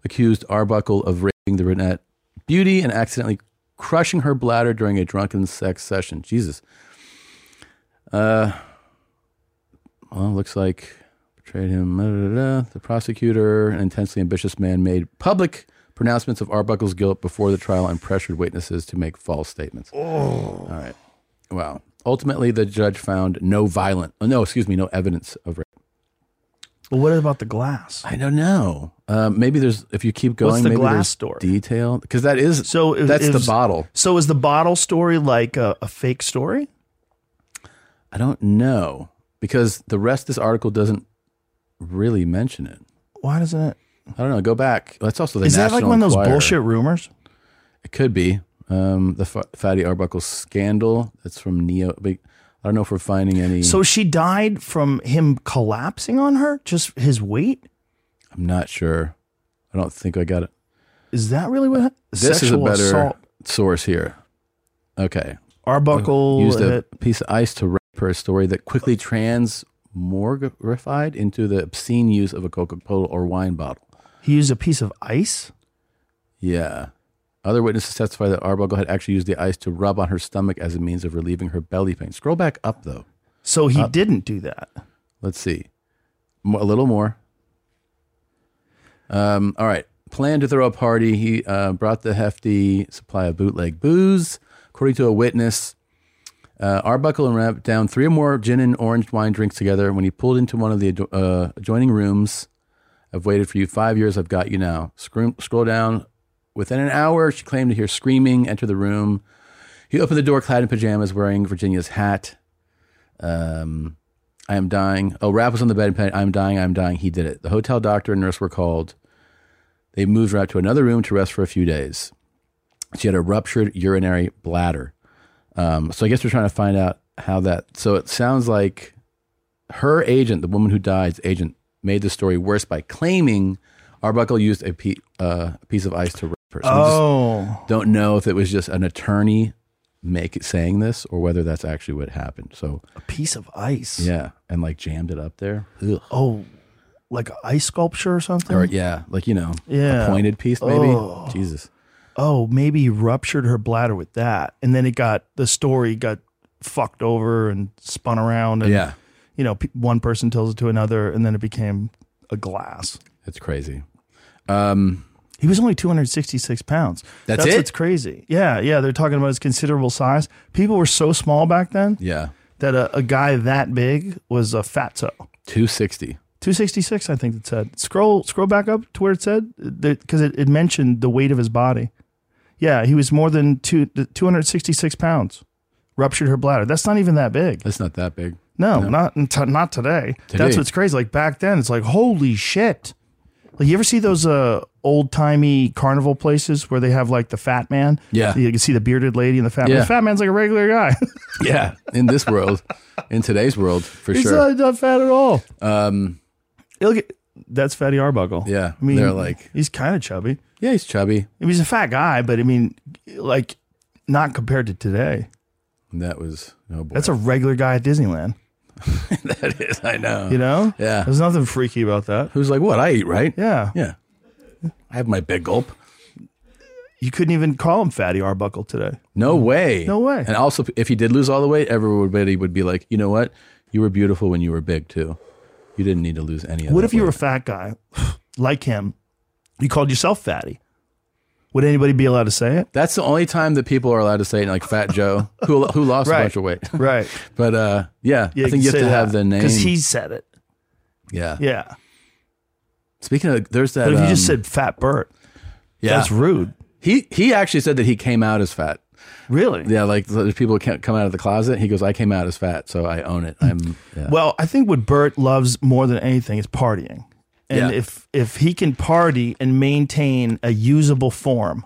accused Arbuckle of raping the brunette beauty and accidentally crushing her bladder during a drunken sex session. Jesus. Uh, well, looks like betrayed him. da, da, da, da. The prosecutor, an intensely ambitious man, made public pronouncements of Arbuckle's guilt before the trial and pressured witnesses to make false statements. Oh. All right. Wow. Ultimately, the judge found no violent, oh, no, excuse me, no evidence of rape. Well, what about the glass? I don't know. Uh, maybe there's, if you keep going, What's the maybe glass there's story? detail because that is So it- that's it the was- bottle. So is the bottle story like a, a fake story? I don't know because the rest of this article doesn't really mention it. Why doesn't it? I don't know. Go back. That's also the Is that like National one of those Enquirer. bullshit rumors? It could be um, the F- Fatty Arbuckle scandal. That's from Neo. but I don't know if we're finding any. So she died from him collapsing on her, just his weight. I'm not sure. I don't think I got it. Is that really what? This is a sexual better assault. source here. Okay. Arbuckle used a uh, piece of ice to wrap her story that quickly transmorgified into the obscene use of a Coca-Cola or wine bottle. He used a piece of ice. Yeah. Other witnesses testify that Arbuckle had actually used the ice to rub on her stomach as a means of relieving her belly pain. Scroll back up, though. So he Up. didn't do that. Let's see. Mo- A little more. Um, all right. Planned to throw a party. He uh, brought the hefty supply of bootleg booze. According to a witness, uh, Arbuckle and Rapp down three or more gin and orange wine drinks together. When he pulled into one of the adjo- uh, adjoining rooms, I've waited for you five years. I've got you now. Scroll, scroll down. Within an hour, she claimed to hear screaming enter the room. He opened the door clad in pajamas, wearing Virginia's hat. Um, I am dying. Oh, Rap was on the bed and panicked. I'm dying. I'm dying. He did it. The hotel doctor and nurse were called. They moved Rap to another room to rest for a few days. She had a ruptured urinary bladder. Um, so I guess we're trying to find out how that. So it sounds like her agent, the woman who died's agent, made the story worse by claiming Arbuckle used a pe- uh, a piece of ice to. person. I just Oh, don't know if it was just an attorney make saying this or whether that's actually what happened. So a piece of ice. Yeah, and like jammed it up there. Ugh. Oh, like an ice sculpture or something. Or yeah, like you know, Yeah. a pointed piece maybe. Oh. Jesus. Oh, maybe he ruptured her bladder with that, and then it got the story got fucked over and spun around. And, Yeah. You know, pe- one person tells it to another, and then it became a glass. That's crazy. Um, he was only 266 pounds. That's it? what's crazy. Yeah, yeah. They're talking about his considerable size. People were so small back then Yeah. that a, a guy that big was a fatso. 260. 266, I think it said. Scroll, scroll back up to where it said because it, it mentioned the weight of his body. Yeah, he was more than two, 266 pounds. Ruptured her bladder. That's not even that big. That's not that big. No, not t- not today. That's Today. what's crazy. Like back then, it's like holy shit. Like you ever see those uh, old timey carnival places where they have like the fat man? Yeah. you can see the bearded lady and the fat Yeah. man. The fat man's like a regular guy. (laughs) Yeah, (laughs) in this world, in today's world, for He's sure. not, not fat at all. um, Look, at- that's Fatty Arbuckle. Yeah, I mean, they're like- he's kind of chubby. Yeah, he's chubby. I mean, he's a fat guy, but I mean, like, not compared to today. that was oh boy. That's a regular guy at Disneyland. (laughs) that is. I know. You know? Yeah. There's nothing freaky about that. Who's like, what I eat, right? Yeah. Yeah. I have my big gulp. You couldn't even call him Fatty Arbuckle today. No way. Mm. No way. And also, if he did lose all the weight, everybody would be like, you know what? You were beautiful when you were big too. You didn't need to lose any of what that if you weight. were a fat guy (sighs) like him? You called yourself fatty. Would anybody be allowed to say it? That's the only time that people are allowed to say it, like Fat Joe, who who lost a Right. bunch of weight. (laughs) (laughs) Right. But uh, yeah, I think you have to have the name. because he said it. yeah. Yeah. Speaking of, there's that. But if you just um, said Fat Bert, Yeah. that's rude. He he actually said that he came out as fat. Really? Yeah, like the people can't come out of the closet. He goes, "I came out as fat, so I own it." I'm yeah. Well, I think what Bert loves more than anything is partying, and Yeah. if if he can party and maintain a usable form,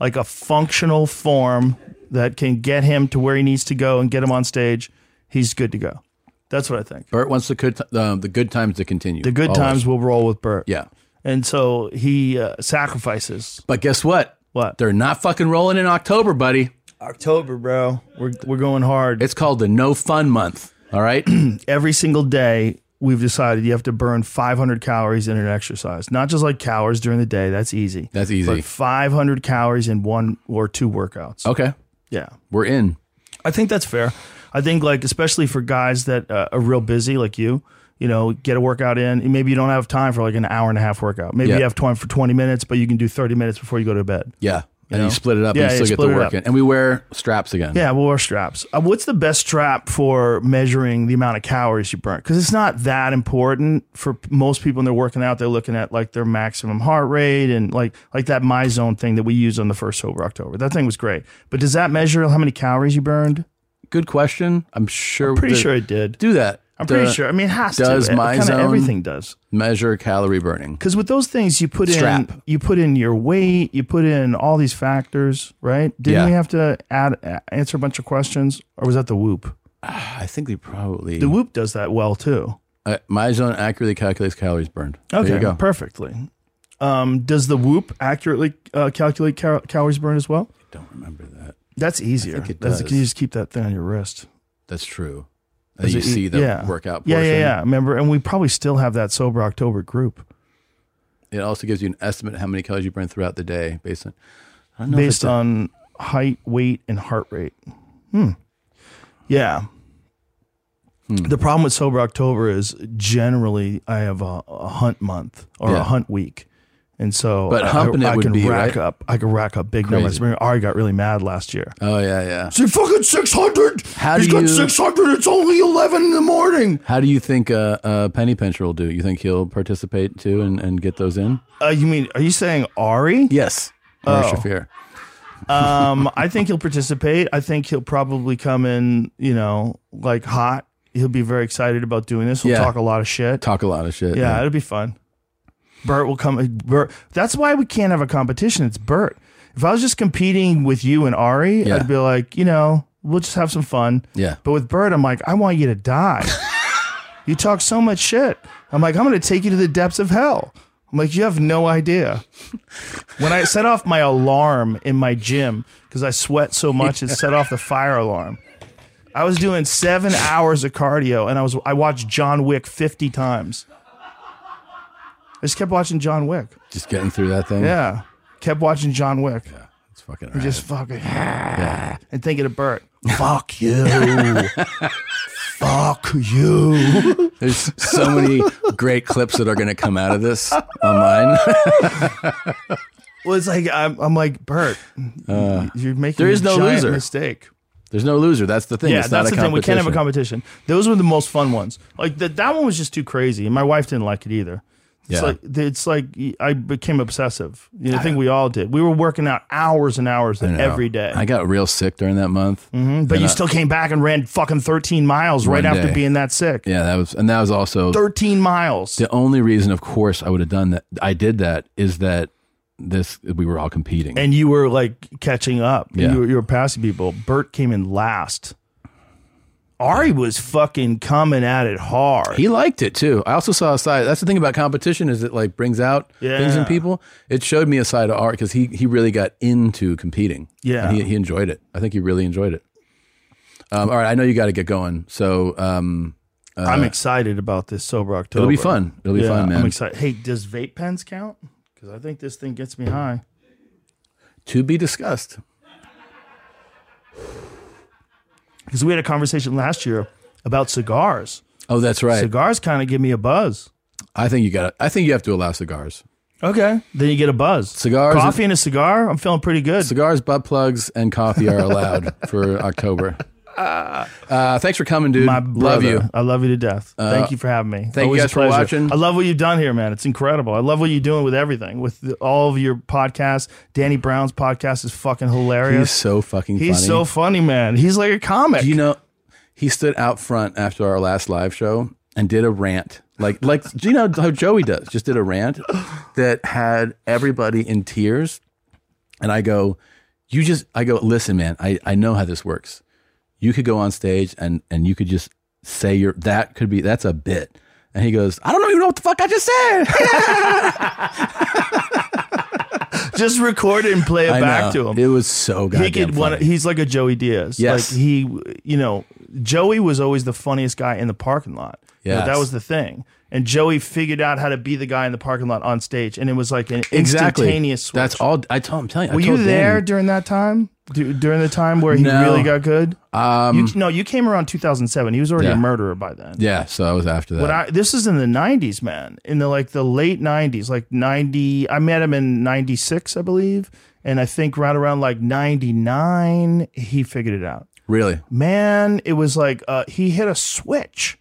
like a functional form that can get him to where he needs to go and get him on stage, he's good to go. That's what I think. Bert wants the good t- um, the good times to continue. The good Always. times will roll with Bert. Yeah, And so he uh, sacrifices. but guess what? What? They're not fucking rolling in October, buddy. October, bro. We're we're going hard. It's called the no fun month. All (clears throat) right. Every single day, we've decided you have to burn 500 calories in an exercise. Not just like calories during the day. That's easy. That's easy. But 500 calories in one or two workouts. okay, Yeah. we're in. I think that's fair. I think like especially for guys that uh, are real busy like you, you know, get a workout in. Maybe you don't have time for like an hour and a half workout. Maybe Yeah. you have time for 20 minutes, but you can do 30 minutes before you go to bed. Yeah, You and know? you split it up, Yeah, and yeah, you still get split the it work up. in, and we wear straps again. Yeah, we'll wear straps. Uh, what's the best strap for measuring the amount of calories you burn? Because it's not that important for p- most people when they're working out. They're looking at like their maximum heart rate and like like that MyZone thing that we used on the first sober October. That thing was great. But does that measure how many calories you burned? Good question. I'm sure. Pretty the- sure it did. (laughs) do that. I'm pretty The- sure. I mean, it has to. does It- my kinda zone everything does. measure calorie burning? Because with those things, you put in Strap. you put in your weight, you put in all these factors, right? Didn't Yeah. we have to add a- answer a bunch of questions, or was that the Whoop? I think they probably The Whoop does that well too. Uh, my zone accurately calculates calories burned. Okay, there you go. perfectly. Um, does the Whoop accurately uh, calculate cal- calories burned as well? Don't remember that. That's easier. think it That's- does. Can you just keep that thing on your wrist? That's true. Uh, Does you it e- see the yeah. workout Yeah, portion. yeah, yeah. Remember, and we probably still have that sober October group. It also gives you an estimate of how many calories you burn throughout the day based on. I don't know if based it's a- on height, weight, and heart rate. Hmm. Yeah. Hmm. The problem with sober October is generally I have a, a hunt month or Yeah. a hunt week, and so But I, humping it I, I would can be, rack right? up. I can rack up big numbers. Crazy. I mean, Ari got really mad last year. Oh yeah, yeah. See, fucking six hundred. How He's do got you- six hundred. It's only eleven in the morning. How do you think uh, uh, Penny Pincher will do? You think he'll participate too and, and get those in? Uh, you mean? Are you saying Ari? Yes. Or Oh. Shafir. um, I think he'll participate. I think he'll probably come in, you know, like hot. He'll be very excited about doing this. We'll Yeah. talk a lot of shit. Talk a lot of shit. yeah, it'll be fun. Bert will come. Bert, that's why we can't have a competition. It's Bert. If I was just competing with you and Ari, Yeah. I'd be like, you know, we'll just have some fun. Yeah. But with Bert, I'm like, I want you to (laughs) die. you talk so much shit. I'm like, I'm going to take you to the depths of hell. I'm like, you have no idea. when I set off my alarm in my gym because I sweat so much, it set off the fire alarm. I was doing seven hours of cardio, and I was I watched John Wick fifty times. I just kept watching John Wick. Just getting through that thing. Yeah, kept watching John Wick. Yeah, it's fucking. And just fucking and thinking of Bert. Fuck you. (laughs) Fuck you. There's so many great clips that are going to come out of this online. Well, it's like I'm, I'm like Bert. Uh, you're making there is a no giant loser. mistake. (laughs) There's no loser. That's the thing. yeah, it's that's not the a thing. We can't have a competition. competition. Those were the most fun ones. Like that, that one was just too crazy, and my wife didn't like it either. It's Yeah. like it's like I became obsessive. You know, I think we all did. We were working out hours and hours I know. every day. I got real sick during that month. Mhm. But And you I- still came back and ran fucking 13 miles right One after day. being that sick. Yeah, that was, and that was also 13 miles. the only reason, of course, I would have done that. I did that is that this we were all competing. And you were like catching up. Yeah. You, were, you were passing people. Bert came in last. Ari was fucking coming at it hard. He liked it too. I also saw a side. That's the thing about competition is it like brings out things in Yeah. people. It showed me a side of art because he he really got into competing. Yeah. And he he enjoyed it. I think he really enjoyed it. Um, all right, I know you got to get going. So um, uh, I'm excited about this sober October. it'll be fun. It'll be Yeah, fun, man. I'm excited. Hey, does vape pens count? Because I think this thing gets me high. To be discussed. Because we had a conversation last year about cigars. Oh, that's right. Cigars kind of give me a buzz. I think you got. I think you have to allow cigars. Okay, then you get a buzz. Cigars, Coffee and a cigar. I'm feeling pretty good. cigars, butt plugs, and coffee (laughs) are allowed for October. Uh, thanks for coming, dude. My Love brother. you. I love you to death. Uh, thank you for having me. thank you Always a guys for pleasure. watching. I love what you've done here, man. It's incredible. I love what you're doing with everything, with the, all of your podcasts. Danny Brown's podcast is fucking hilarious. He's so fucking. He's funny. so funny, man. He's like a comic. Do you know he stood out front after our last live show and did a rant like like do you know how joey does just did a rant that had everybody in tears and i go you just i go listen man i, I know how this works you could go on stage and and you could just say your that could be that's a bit and he goes i don't even know what the fuck i just said Just record it and play it (laughs) I back know. to him. it was so goddamn he could funny. one. He's like a Joey Diaz. Yes. Like he, you know, Joey was always the funniest guy in the parking lot. You know, Yes. that was the thing. And Joey figured out how to be the guy in the parking lot on stage, and it was like an exactly instantaneous switch. that's all i told him telling I Were you told there Danny. during that time? Du- during the time where he No. really got good? um you, no, you came around 2007. He was already Yeah. a murderer by then. yeah so i was after that When I, this is in the 90s, man. In the like the late 90s, like 90. I met him in 96, I believe, and I think right around like 99, he figured it out. really Man, it was like uh, he hit a switch,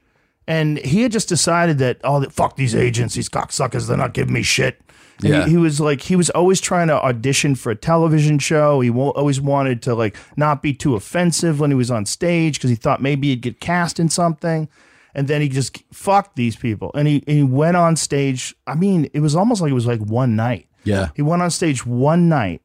and he had just decided that all oh, that fuck these agents, these cocksuckers, they're not giving me shit. And Yeah. He, he was like he was always trying to audition for a television show. He wa- always wanted to like not be too offensive when he was on stage because he thought maybe he'd get cast in something. And then he just fucked these people, and he and he went on stage. I mean, it was almost like it was like one night. yeah He went on stage one night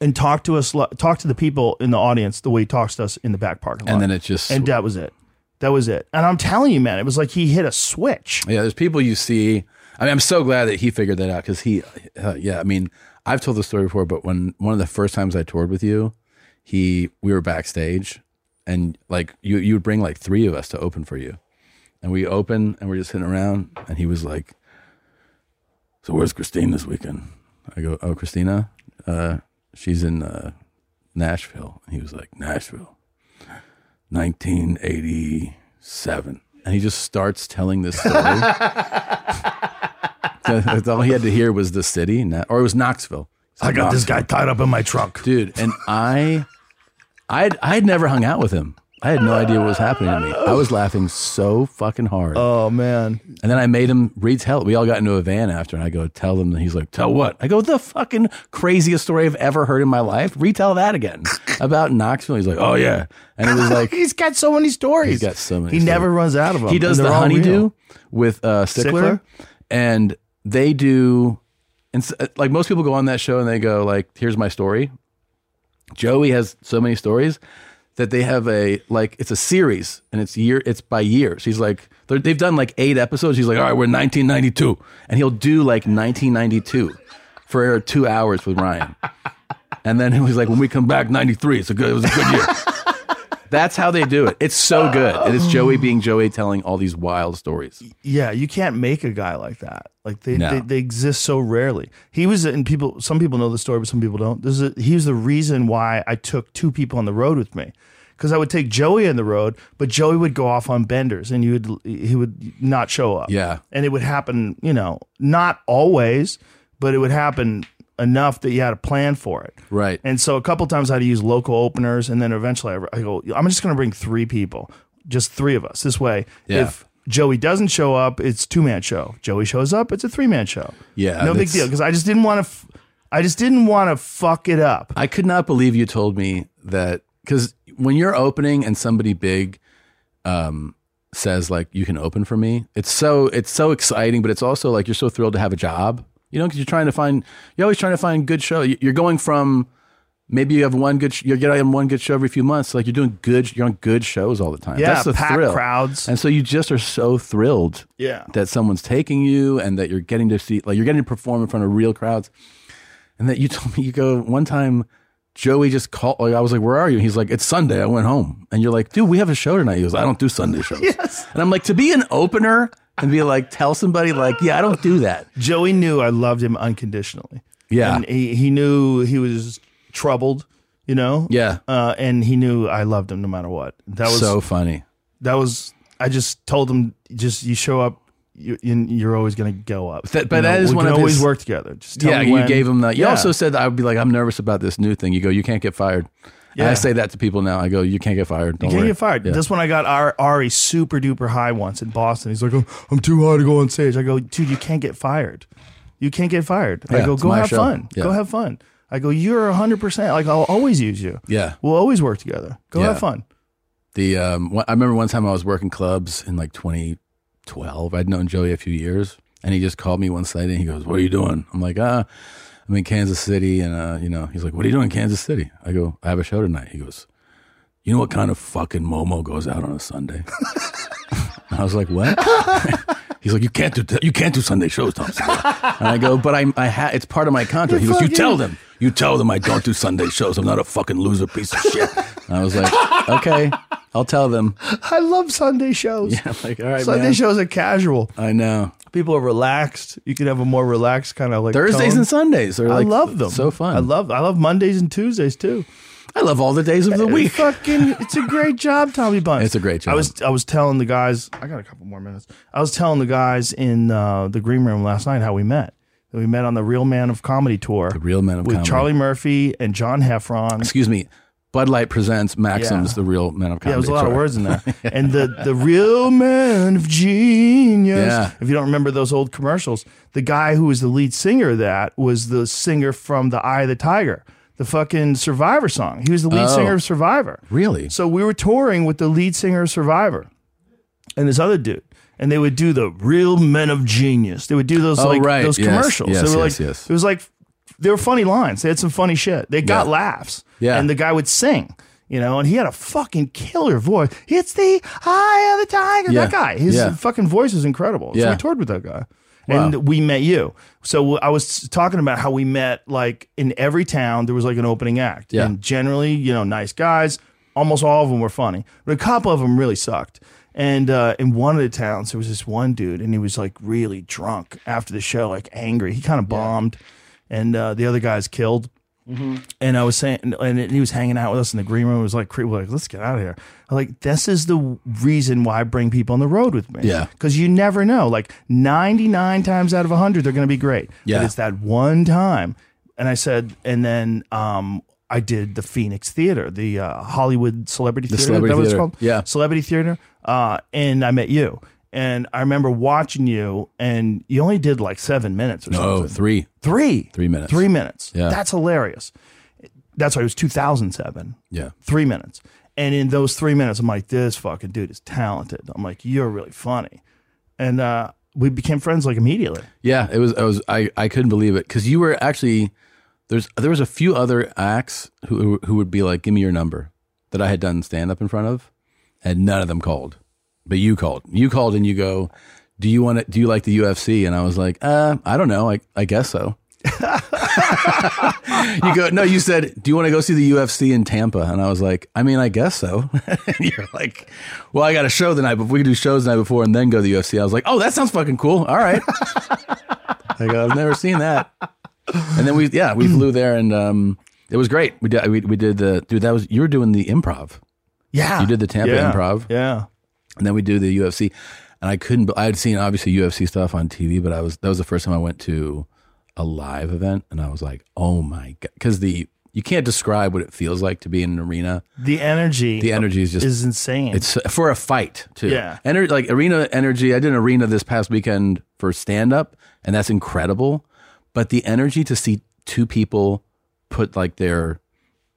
and talked to us, li- talked to the people in the audience the way he talks to us in the back parking lot. and then it just and that was it. That was it. And I'm telling you, man, it was like he hit a switch. yeah there's people you see i mean i'm so glad that he figured that out because he uh, yeah i mean i've told this story before but when one of the first times i toured with you he we were backstage and like you you would bring like three of us to open for you and we open and we're just sitting around and he was like so where's christine this weekend i go oh christina uh, she's in uh, nashville and he was like nashville 1987. And he just starts telling this (laughs) story. (laughs) That's all he had to hear was the city, na- or it was Knoxville. I got this guy tied up in my trunk. Dude, and I, I'd, I'd never hung out with him. I had no idea what was happening to me. I was laughing so fucking hard. Oh man. And then I made him read tell. We all got into a van after, and I go tell them. And he's like, "Tell what?" I go, "The fucking craziest story I've ever heard in my life. Retell that again about Knoxville." He's like, "Oh yeah," and it was like He's got so many stories. He's got so many He stories. never runs out of them. He does and the they're all honeydew real. with uh, Sickler? Sickler, and they do. And s- uh, like most people go on that show and they go like, "Here's my story." Joey has so many stories. that they have a like it's a series and it's year it's by years. He's like they're- they've done like eight episodes. He's like, all right, we're 1992, and he'll do like 1992 for two hours with Ryan, and then he was like, when we come back, 93. It's a good. It was a good year. That's how they do it. It's so good. It is Joey being Joey, telling all these wild stories. Yeah, you can't make a guy like that. Like they, No. they, they exist so rarely. He was, and people, some people know the story, but some people don't. This is a, he was the reason why I took two people on the road with me, because I would take Joey on the road, but Joey would go off on benders, and you would he would not show up. Yeah. and it would happen. You know, not always, but it would happen enough that you had a plan for it. Right. And so a couple times I had to use local openers, and then eventually I, I go, I'm just going to bring three people, just three of us. This way, Yeah. if Joey doesn't show up, it's two man show. Joey shows up, it's a three man show. Yeah, no big that's- deal because I just didn't want to. F- I just didn't want to fuck it up. I could not believe you told me that because when you're opening and somebody big um, says like you can open for me, it's so it's so exciting, but it's also like you're so thrilled to have a job. You know, because you're trying to find you're always trying to find good show. You- You're going from maybe you have one good sh- you're getting on one good show every few months. Like you're doing good, you're on good shows all the time. Yeah, That's the packed thrill. crowds. and so you just are so thrilled Yeah. that someone's taking you and that you're getting to see like you're getting to perform in front of real crowds and that you (laughs) told me you go one time joey just called like i was like where are you he's like it's sunday i went home and you're like dude we have a show tonight he goes i don't do sunday shows yes. and i'm like to be an opener and be like tell somebody like yeah i don't do that Joey knew I loved him unconditionally. Yeah. And he, he knew he was troubled, you know? Yeah. Uh, and he knew I loved him no matter what. That was so funny That was, I just told him, just you show up, you, you- you're always going to go up. That- but You know, that is we one can of always his, work together. Just tell yeah, me you when. gave him that. You Yeah. also said I'd be like, I'm nervous about this new thing. You go, you can't get fired. And Yeah. I say that to people now. I go, you can't get fired. You Don't can't worry. get fired. Yeah. That's when I got Ar- Ari super duper high once in Boston. He's like, "Oh, I'm too high to go on stage. I go, dude, you can't get fired. You can't get fired. I Yeah, go, it's go my have show. fun. Yeah. Go have fun. I go, you're 100%. Like, I'll always use you. Yeah. We'll always work together. Go Yeah. have fun. The um, one- I remember one time I was working clubs in like 2012. I'd known Joey a few years, and he just called me one Sunday and he goes, "What are you doing?" I'm like, "Ah, I'm in Kansas City," and uh, you know, he's like, "What are you doing in Kansas City?" I go, "I have a show tonight." He goes, "You know what kind of fucking Momo goes out on a Sunday?" (laughs) and I was like, "What?" (laughs) he's like, "You can't do you can't do Sunday shows, Thompson." and I go, "But I, I ha- it's part of my contract." He goes, "You Fucking- tell them." You tell them I don't do Sunday shows. I'm not a fucking loser piece of shit. And I was like, okay, I'll tell them. I love Sunday shows. (laughs) Yeah, I'm like, all right, Sunday man. shows are casual. I know. People are relaxed. You can have a more relaxed kind of like Thursdays tone. and Sundays are I like love them. So fun. I love I love Mondays and Tuesdays too. I love all the days of the week. Fucking, it's a great job, Tommy Bunn. It's a great job. I was I was telling the guys. I got a couple more minutes. I was telling the guys in uh, the green room last night how we met. That we met on the Real Man of Comedy tour. The Real Man of with Comedy. Charlie Murphy and John Heffron. Excuse me. Bud Light presents Maxims, Yeah. the real men of Yeah, comedy. there was a lot of Sorry. words in (laughs) there. And the the real man of genius. Yeah. If you don't remember those old commercials, the guy who was the lead singer of that was the singer from The Eye of the Tiger, the fucking Survivor song. He was the lead Oh. singer of Survivor. Really? So we were touring with the lead singer of Survivor and this other dude. And they would do the real men of genius. They would do those Oh, like right. those Yes, commercials. yes, they were yes, like yes. it was like they were funny lines. They had some funny shit. They got Yeah. laughs. Yeah. And the guy would sing, you know, and he had a fucking killer voice. It's the eye of the tiger. Yeah. That guy. His Yeah. fucking voice is incredible. So Yeah. we toured with that guy. Wow. And we met you. So I was talking about how we met like in every town there was like an opening act. Yeah. And generally, you know, nice guys. Almost all of them were funny, but a couple of them really sucked. And uh, in one of the towns, there was this one dude, and he was like really drunk after the show, like angry. He kind of bombed, and uh, the other guys killed. And I was saying, and- and he was hanging out with us in the green room. It was like, cre- we're like, let's get out of here. I'm like, this is the reason why I bring people on the road with me. Yeah. Because you never know. Like 99 times out of 100, they're going to be great. Yeah. But it's that one time. And I said, and then um, I did the Phoenix Theater, the uh, Hollywood Celebrity The Theater. Celebrity is that Theater. what it's called? Yeah. Celebrity Theater. Uh, and I met you. And I remember watching you, and you only did like seven minutes or No, something. three. Three. Three minutes. Three minutes. Yeah. That's hilarious. That's why it was 2007. Yeah. Three minutes. And in those three minutes, I'm like, this fucking dude is talented. I'm like, you're really funny. And uh, we became friends like immediately. Yeah, it was. I was. I, I couldn't believe it because you were actually there's there was a few other acts who who would be like, "Give me your number," that I had done stand up in front of, and none of them called. But you called. You called and you go, Do you want to, do you like the UFC? And I was like, Uh, I don't know. I, I guess so. (laughs) you go, No, you said, Do you want to go see the UFC in Tampa? And I was like, I mean, I guess so. (laughs) and you're like, Well, I got a show the night, but we could do shows the night before and then go to the UFC. I was like, Oh, that sounds fucking cool. All right. I go, I've never seen that. And then we, yeah, we flew there and, um, it was great. We did, we, we did the, dude, that was, you were doing the improv. Yeah. You did the Tampa Yeah. improv. Yeah. And then we do the UFC. And I couldn't, I had seen obviously UFC stuff on TV, but I was, that was the first time I went to a live event. And I was like, oh my God. Cause the, you can't describe what it feels like to be in an arena. The energy. The energy is just is insane. It's for a fight too. Yeah. Ener- like arena energy. I did an arena this past weekend for stand up, and that's incredible. But the energy to see two people put like their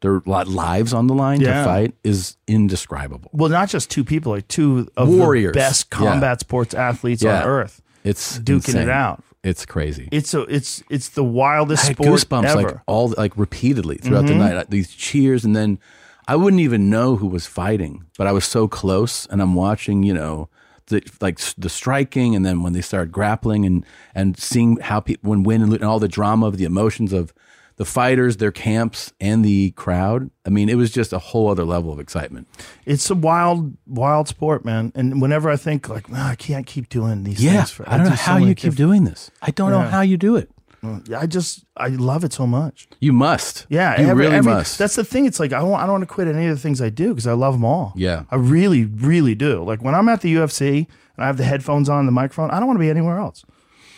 their li- lives on the line Yeah. to fight is indescribable. Well, not just two people, like two of Warriors. the best combat sports athletes Yeah. on earth. It's duking it insane. out. It's crazy. It's a, it's it's the wildest I had sport goosebumps ever. like all like repeatedly throughout Mhm. the night. Like, these cheers, and then I wouldn't even know who was fighting, but I was so close, and I'm watching, you know, the like s- the striking, and then when they started grappling, and and seeing how people when win and, lo- and all the drama of the emotions of the fighters, their camps, and the crowd. I mean, it was just a whole other level of excitement. it's a wild, wild sport, man. And whenever I think like, "Ah, I can't keep doing these Yeah, things, for, I don't know do so how many you keep different- doing this. I don't know Yeah. how you do it. Mm, I just, I love it so much. You must. Yeah, you every- really every- must. That's the thing. It's like I don't, I don't want to quit any of the things I do because I love them all. Yeah. I really, really do. Like when I'm at the UFC and I have the headphones on, and the microphone, I don't want to be anywhere else.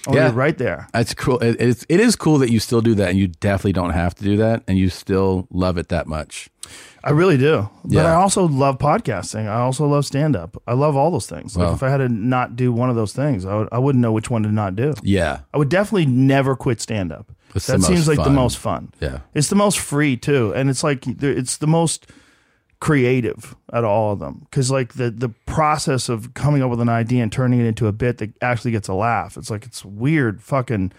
I wanna be right there. That's cool. It, it's, it is cool that you still do that, and you definitely don't have to do that, and you still love it that much. I really do. But Yeah. I also love podcasting. I also love stand up. I love all those things. Like Wow. if I had to not do one of those things, I, would, I wouldn't know which one to not do. Yeah, I would definitely never quit stand up. It's That the seems most like the fun. most fun. Yeah. It's the most free too, and it's like there- it's the most creative out of all of them because like the the process of coming up with an idea and turning it into a bit that actually gets a laugh. It's like it's weird, fucking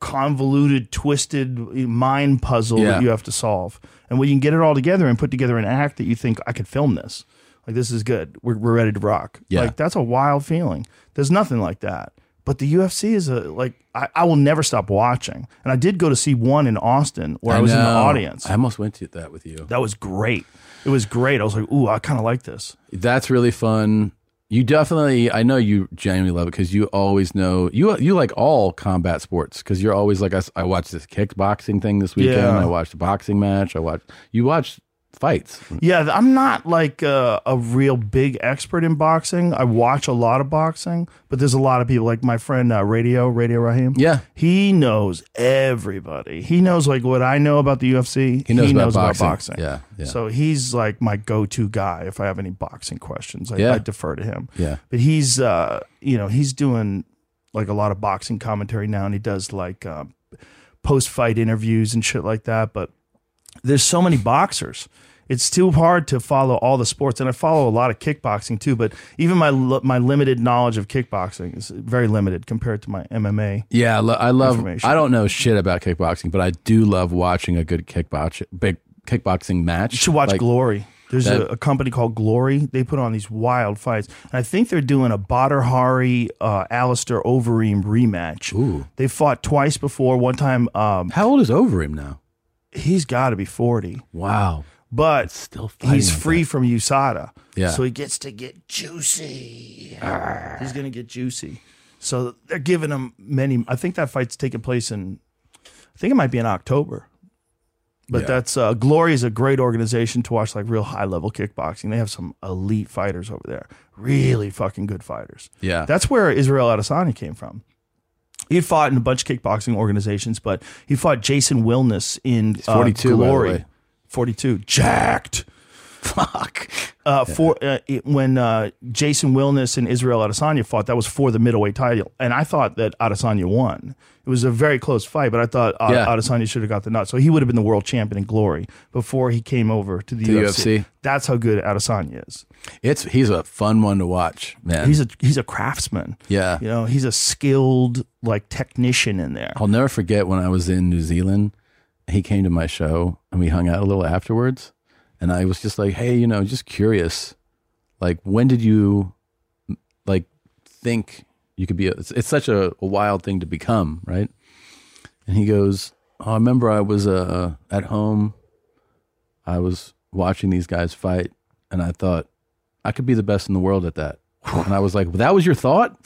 convoluted, twisted mind puzzle Yeah. that you have to solve, and when you can get it all together and put together an act that you think I could film this. Like this is good. We're, we're ready to rock. Yeah. Like that's a wild feeling. There's nothing like that. But the UFC is a like I, I will never stop watching. And I did go to see one in Austin where I, was in the know. audience. I almost went to that with you. That was great. It was great. I was like, ooh, I kind of like this. That's really fun. You definitely, I know you genuinely love it because you always know you you like all combat sports because you're always like I, s- I watched this kickboxing thing this weekend. Yeah. I watched a boxing match. I watched you watched fights. Yeah, th- I'm not like a, a real big expert in boxing. I watch a lot of boxing, but there's a lot of people like my friend uh, Radio Radio Rahim. Yeah, he knows everybody. He knows like what I know about the UFC. He knows about boxing. Yeah, yeah. So he's like my go-to guy if I have any boxing questions. I, Yeah. I defer to him. Yeah. but he's uh you know he's doing like a lot of boxing commentary now and he does like um, post fight interviews and shit like that but there's so many boxers it's too hard to follow all the sports and i follow a lot of kickboxing too but even my li- my limited knowledge of kickboxing is very limited compared to my mma Yeah, I, lo- I love. Information. I don't know shit about kickboxing, but I do love watching a good kickbox big kickboxing match. you should watch Like, glory there's that- a, a company called Glory. They put on these wild fights. And I think they're doing a Badr Hari, uh, Alistair Overeem rematch. Ooh. They fought twice before. One time. Um, How old is Overeem now? He's got to be 40. Wow. But still he's like free from USADA. Yeah. So he gets to get juicy. He's going to get juicy. So they're giving him many. I think that fight's taking place in, I think it might be in October. But Yeah. that's uh, Glory is a great organization to watch, like real high level kickboxing. They have some elite fighters over there, really fucking good fighters. Yeah. that's where Israel Adesanya came from. He had fought in a bunch of kickboxing organizations, but he fought Jason Wilness in uh, 42, by the Glory. way. 42, jacked. Fuck. Uh, For uh, it, when uh, Jason Wilness and Israel Adesanya fought, that was for the middleweight title, and I thought that Adesanya won. It was a very close fight, but I thought uh, Yeah. Adesanya should have got the nut, so he would have been the world champion in glory before he came over to the To UFC. UFC. That's how good Adesanya is. It's he's a fun one to watch, man. He's a he's a craftsman. yeah. You know, he's a skilled like technician in there. I'll never forget when I was in New Zealand. He came to my show and we hung out a little afterwards. and I was just like, hey, you know, just curious, like when did you like think you could be? A, it's, it's such a, a wild thing to become, right? And he goes, oh, I remember I was uh, at home, I was watching these guys fight, and I thought I could be the best in the world at that. And I was like, well, "That was your thought?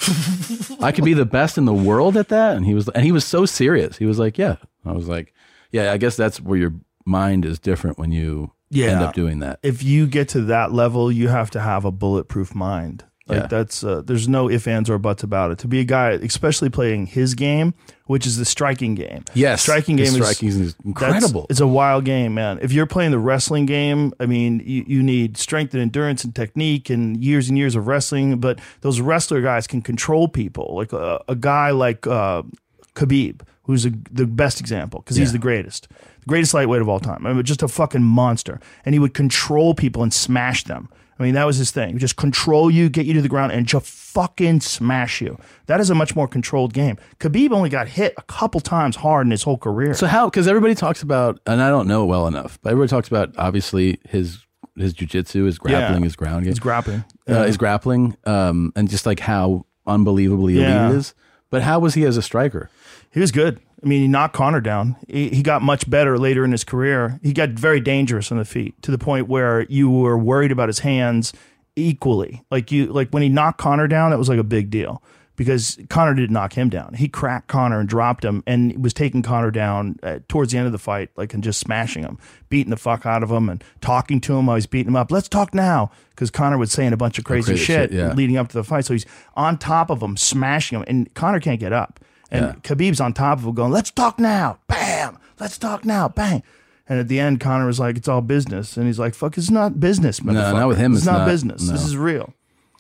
I could be the best in the world at that?" And he was, and he was so serious. He was like, "Yeah." I was like, "Yeah, I guess that's where your mind is different when you Yeah. end up doing that." If you get to that level, you have to have a bulletproof mind. Like Yeah. that's uh, there's no ifs, ands, or buts about it. To be a guy, especially playing his game, which is the striking game. Yes, striking the game striking is, is that's- incredible. It's a wild game, man. If you're playing the wrestling game, I mean, you, you need strength and endurance and technique and years and years of wrestling. But those wrestler guys can control people. Like a, a guy like uh, Khabib, who's a, the best example because he's Yeah. the greatest, the greatest lightweight of all time. I mean, just a fucking monster, and he would control people and smash them. I mean, that was his thing. Just control you, get you to the ground, and just fucking smash you. That is a much more controlled game. Khabib only got hit a couple times hard in his whole career. So how? Because everybody talks about, and I don't know it well enough, but everybody talks about obviously his his jujitsu, his grappling, Yeah. his ground game, His grappling. uh, his grappling, um, and just like how unbelievably Yeah. elite it is. But how was he as a striker? He was good. I mean, he knocked Connor down. He, he got much better later in his career. He got very dangerous on the feet to the point where you were worried about his hands equally. Like you, like when he knocked Connor down, that was like a big deal because Connor didn't knock him down. He cracked Connor and dropped him, and was taking Connor down uh, towards the end of the fight, like and just smashing him, beating the fuck out of him, and talking to him while he's beating him up. Let's talk now because Connor was saying a bunch of crazy, Crazy shit, shit, yeah. leading up to the fight. So he's on top of him, smashing him, and Connor can't get up. And Yeah. Khabib's on top of him, going, "Let's talk now, bam! Let's talk now, bang!" And at the end, Connor was like, "It's all business," and he's like, "Fuck, it's not business, No, not motherfucker. with him, It's, it's not, not. business. This No. is real."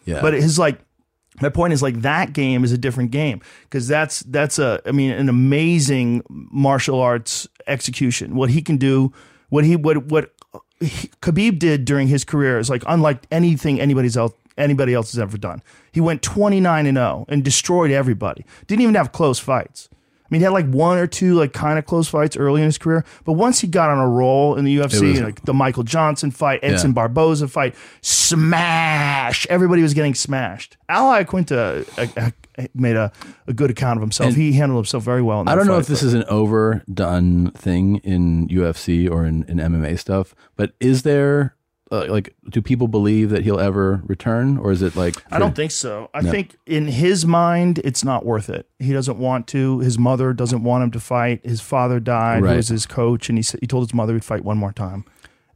Yeah. But his like my point is like that game is a different game because that's that's a I mean an amazing martial arts execution. What he can do, what he what what he, Khabib did during his career is like unlike anything anybody's else anybody else has ever done. He went 29 and 0 and destroyed everybody. Didn't even have close fights. I mean, he had like one or two like kind of close fights early in his career, but once he got on a roll in the UFC, was- like the Michael Johnson fight, Edson Yeah. Barboza fight, smash! Everybody was getting smashed. Ally Quinta uh, uh, made a, a good account of himself. he handled himself very well. In that I don't know fight, if this but- is an overdone thing in UFC or in, in MMA stuff, but is there uh, like, do people believe that he'll ever return, or is it like I don't think so. I No. think in his mind, it's not worth it. He doesn't want to. His mother doesn't want him to fight. His father died. Right. Who was his coach? And he said he told his mother he'd fight one more time,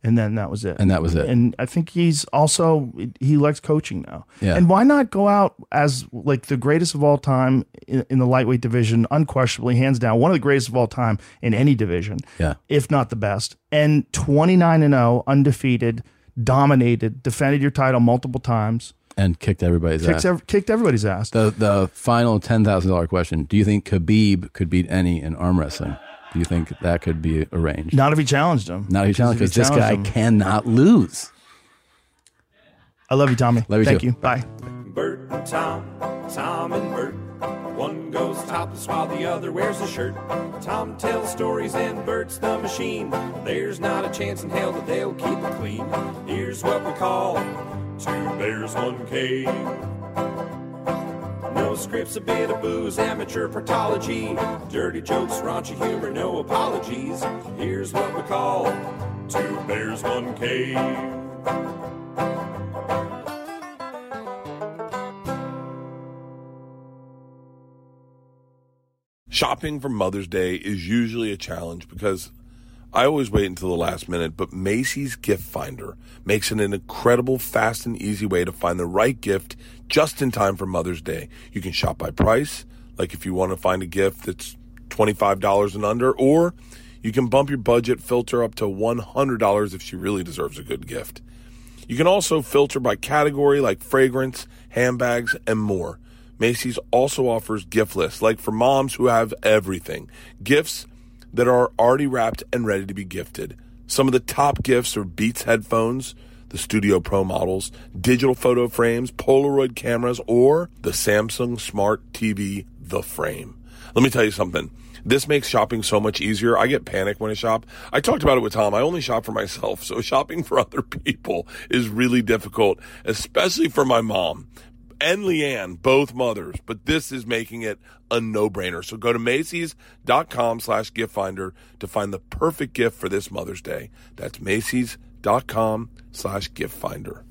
and then that was it. And that was it. And I think he's also he likes coaching now. Yeah. And why not go out as like the greatest of all time in, in the lightweight division, unquestionably, hands down, one of the greatest of all time in any division. Yeah. If not the best. And 29 and 0, undefeated, dominated, defended your title multiple times. and kicked everybody's Kicked ass. ev- kicked everybody's ass. The the final ten thousand dollar question: Do you think Khabib could beat any in arm wrestling? Do you think that could be arranged? Not if he challenged him. Not if he challenged, 'cause this guy cannot lose. I love you, Tommy. Love you Thank too. you. Bye. Bert and Tom, Tom and Bert. One goes topless while the other wears a shirt. Tom tells stories and Bert's the machine. There's not a chance in hell that they'll keep it clean. Here's what we call two bears, one cave. No scripts, a bit of booze, amateur partology. Dirty jokes, raunchy humor, no apologies. Here's what we call two bears, one cave. Shopping for Mother's Day is usually a challenge because I always wait until the last minute, but Macy's Gift Finder makes it an incredible, fast, and easy way to find the right gift just in time for Mother's Day. You can shop by price, like if you want to find a gift that's $25 and under, or you can bump your budget filter up to $100 if she really deserves a good gift. You can also filter by category like fragrance, handbags, and more. Macy's also offers gift lists, like for moms who have everything gifts that are already wrapped and ready to be gifted. Some of the top gifts are Beats headphones, the Studio Pro models, digital photo frames, Polaroid cameras, or the Samsung Smart TV The Frame. Let me tell you something. This makes shopping so much easier. I get panic when I shop. I talked about it with Tom. I only shop for myself. So (laughs) shopping for other people is really difficult, especially for my mom and Leanne, both mothers, but this is making it a no-brainer. So go to Macy's.com slash gift finder to find the perfect gift for this Mother's Day. That's Macy's.com slash gift finder.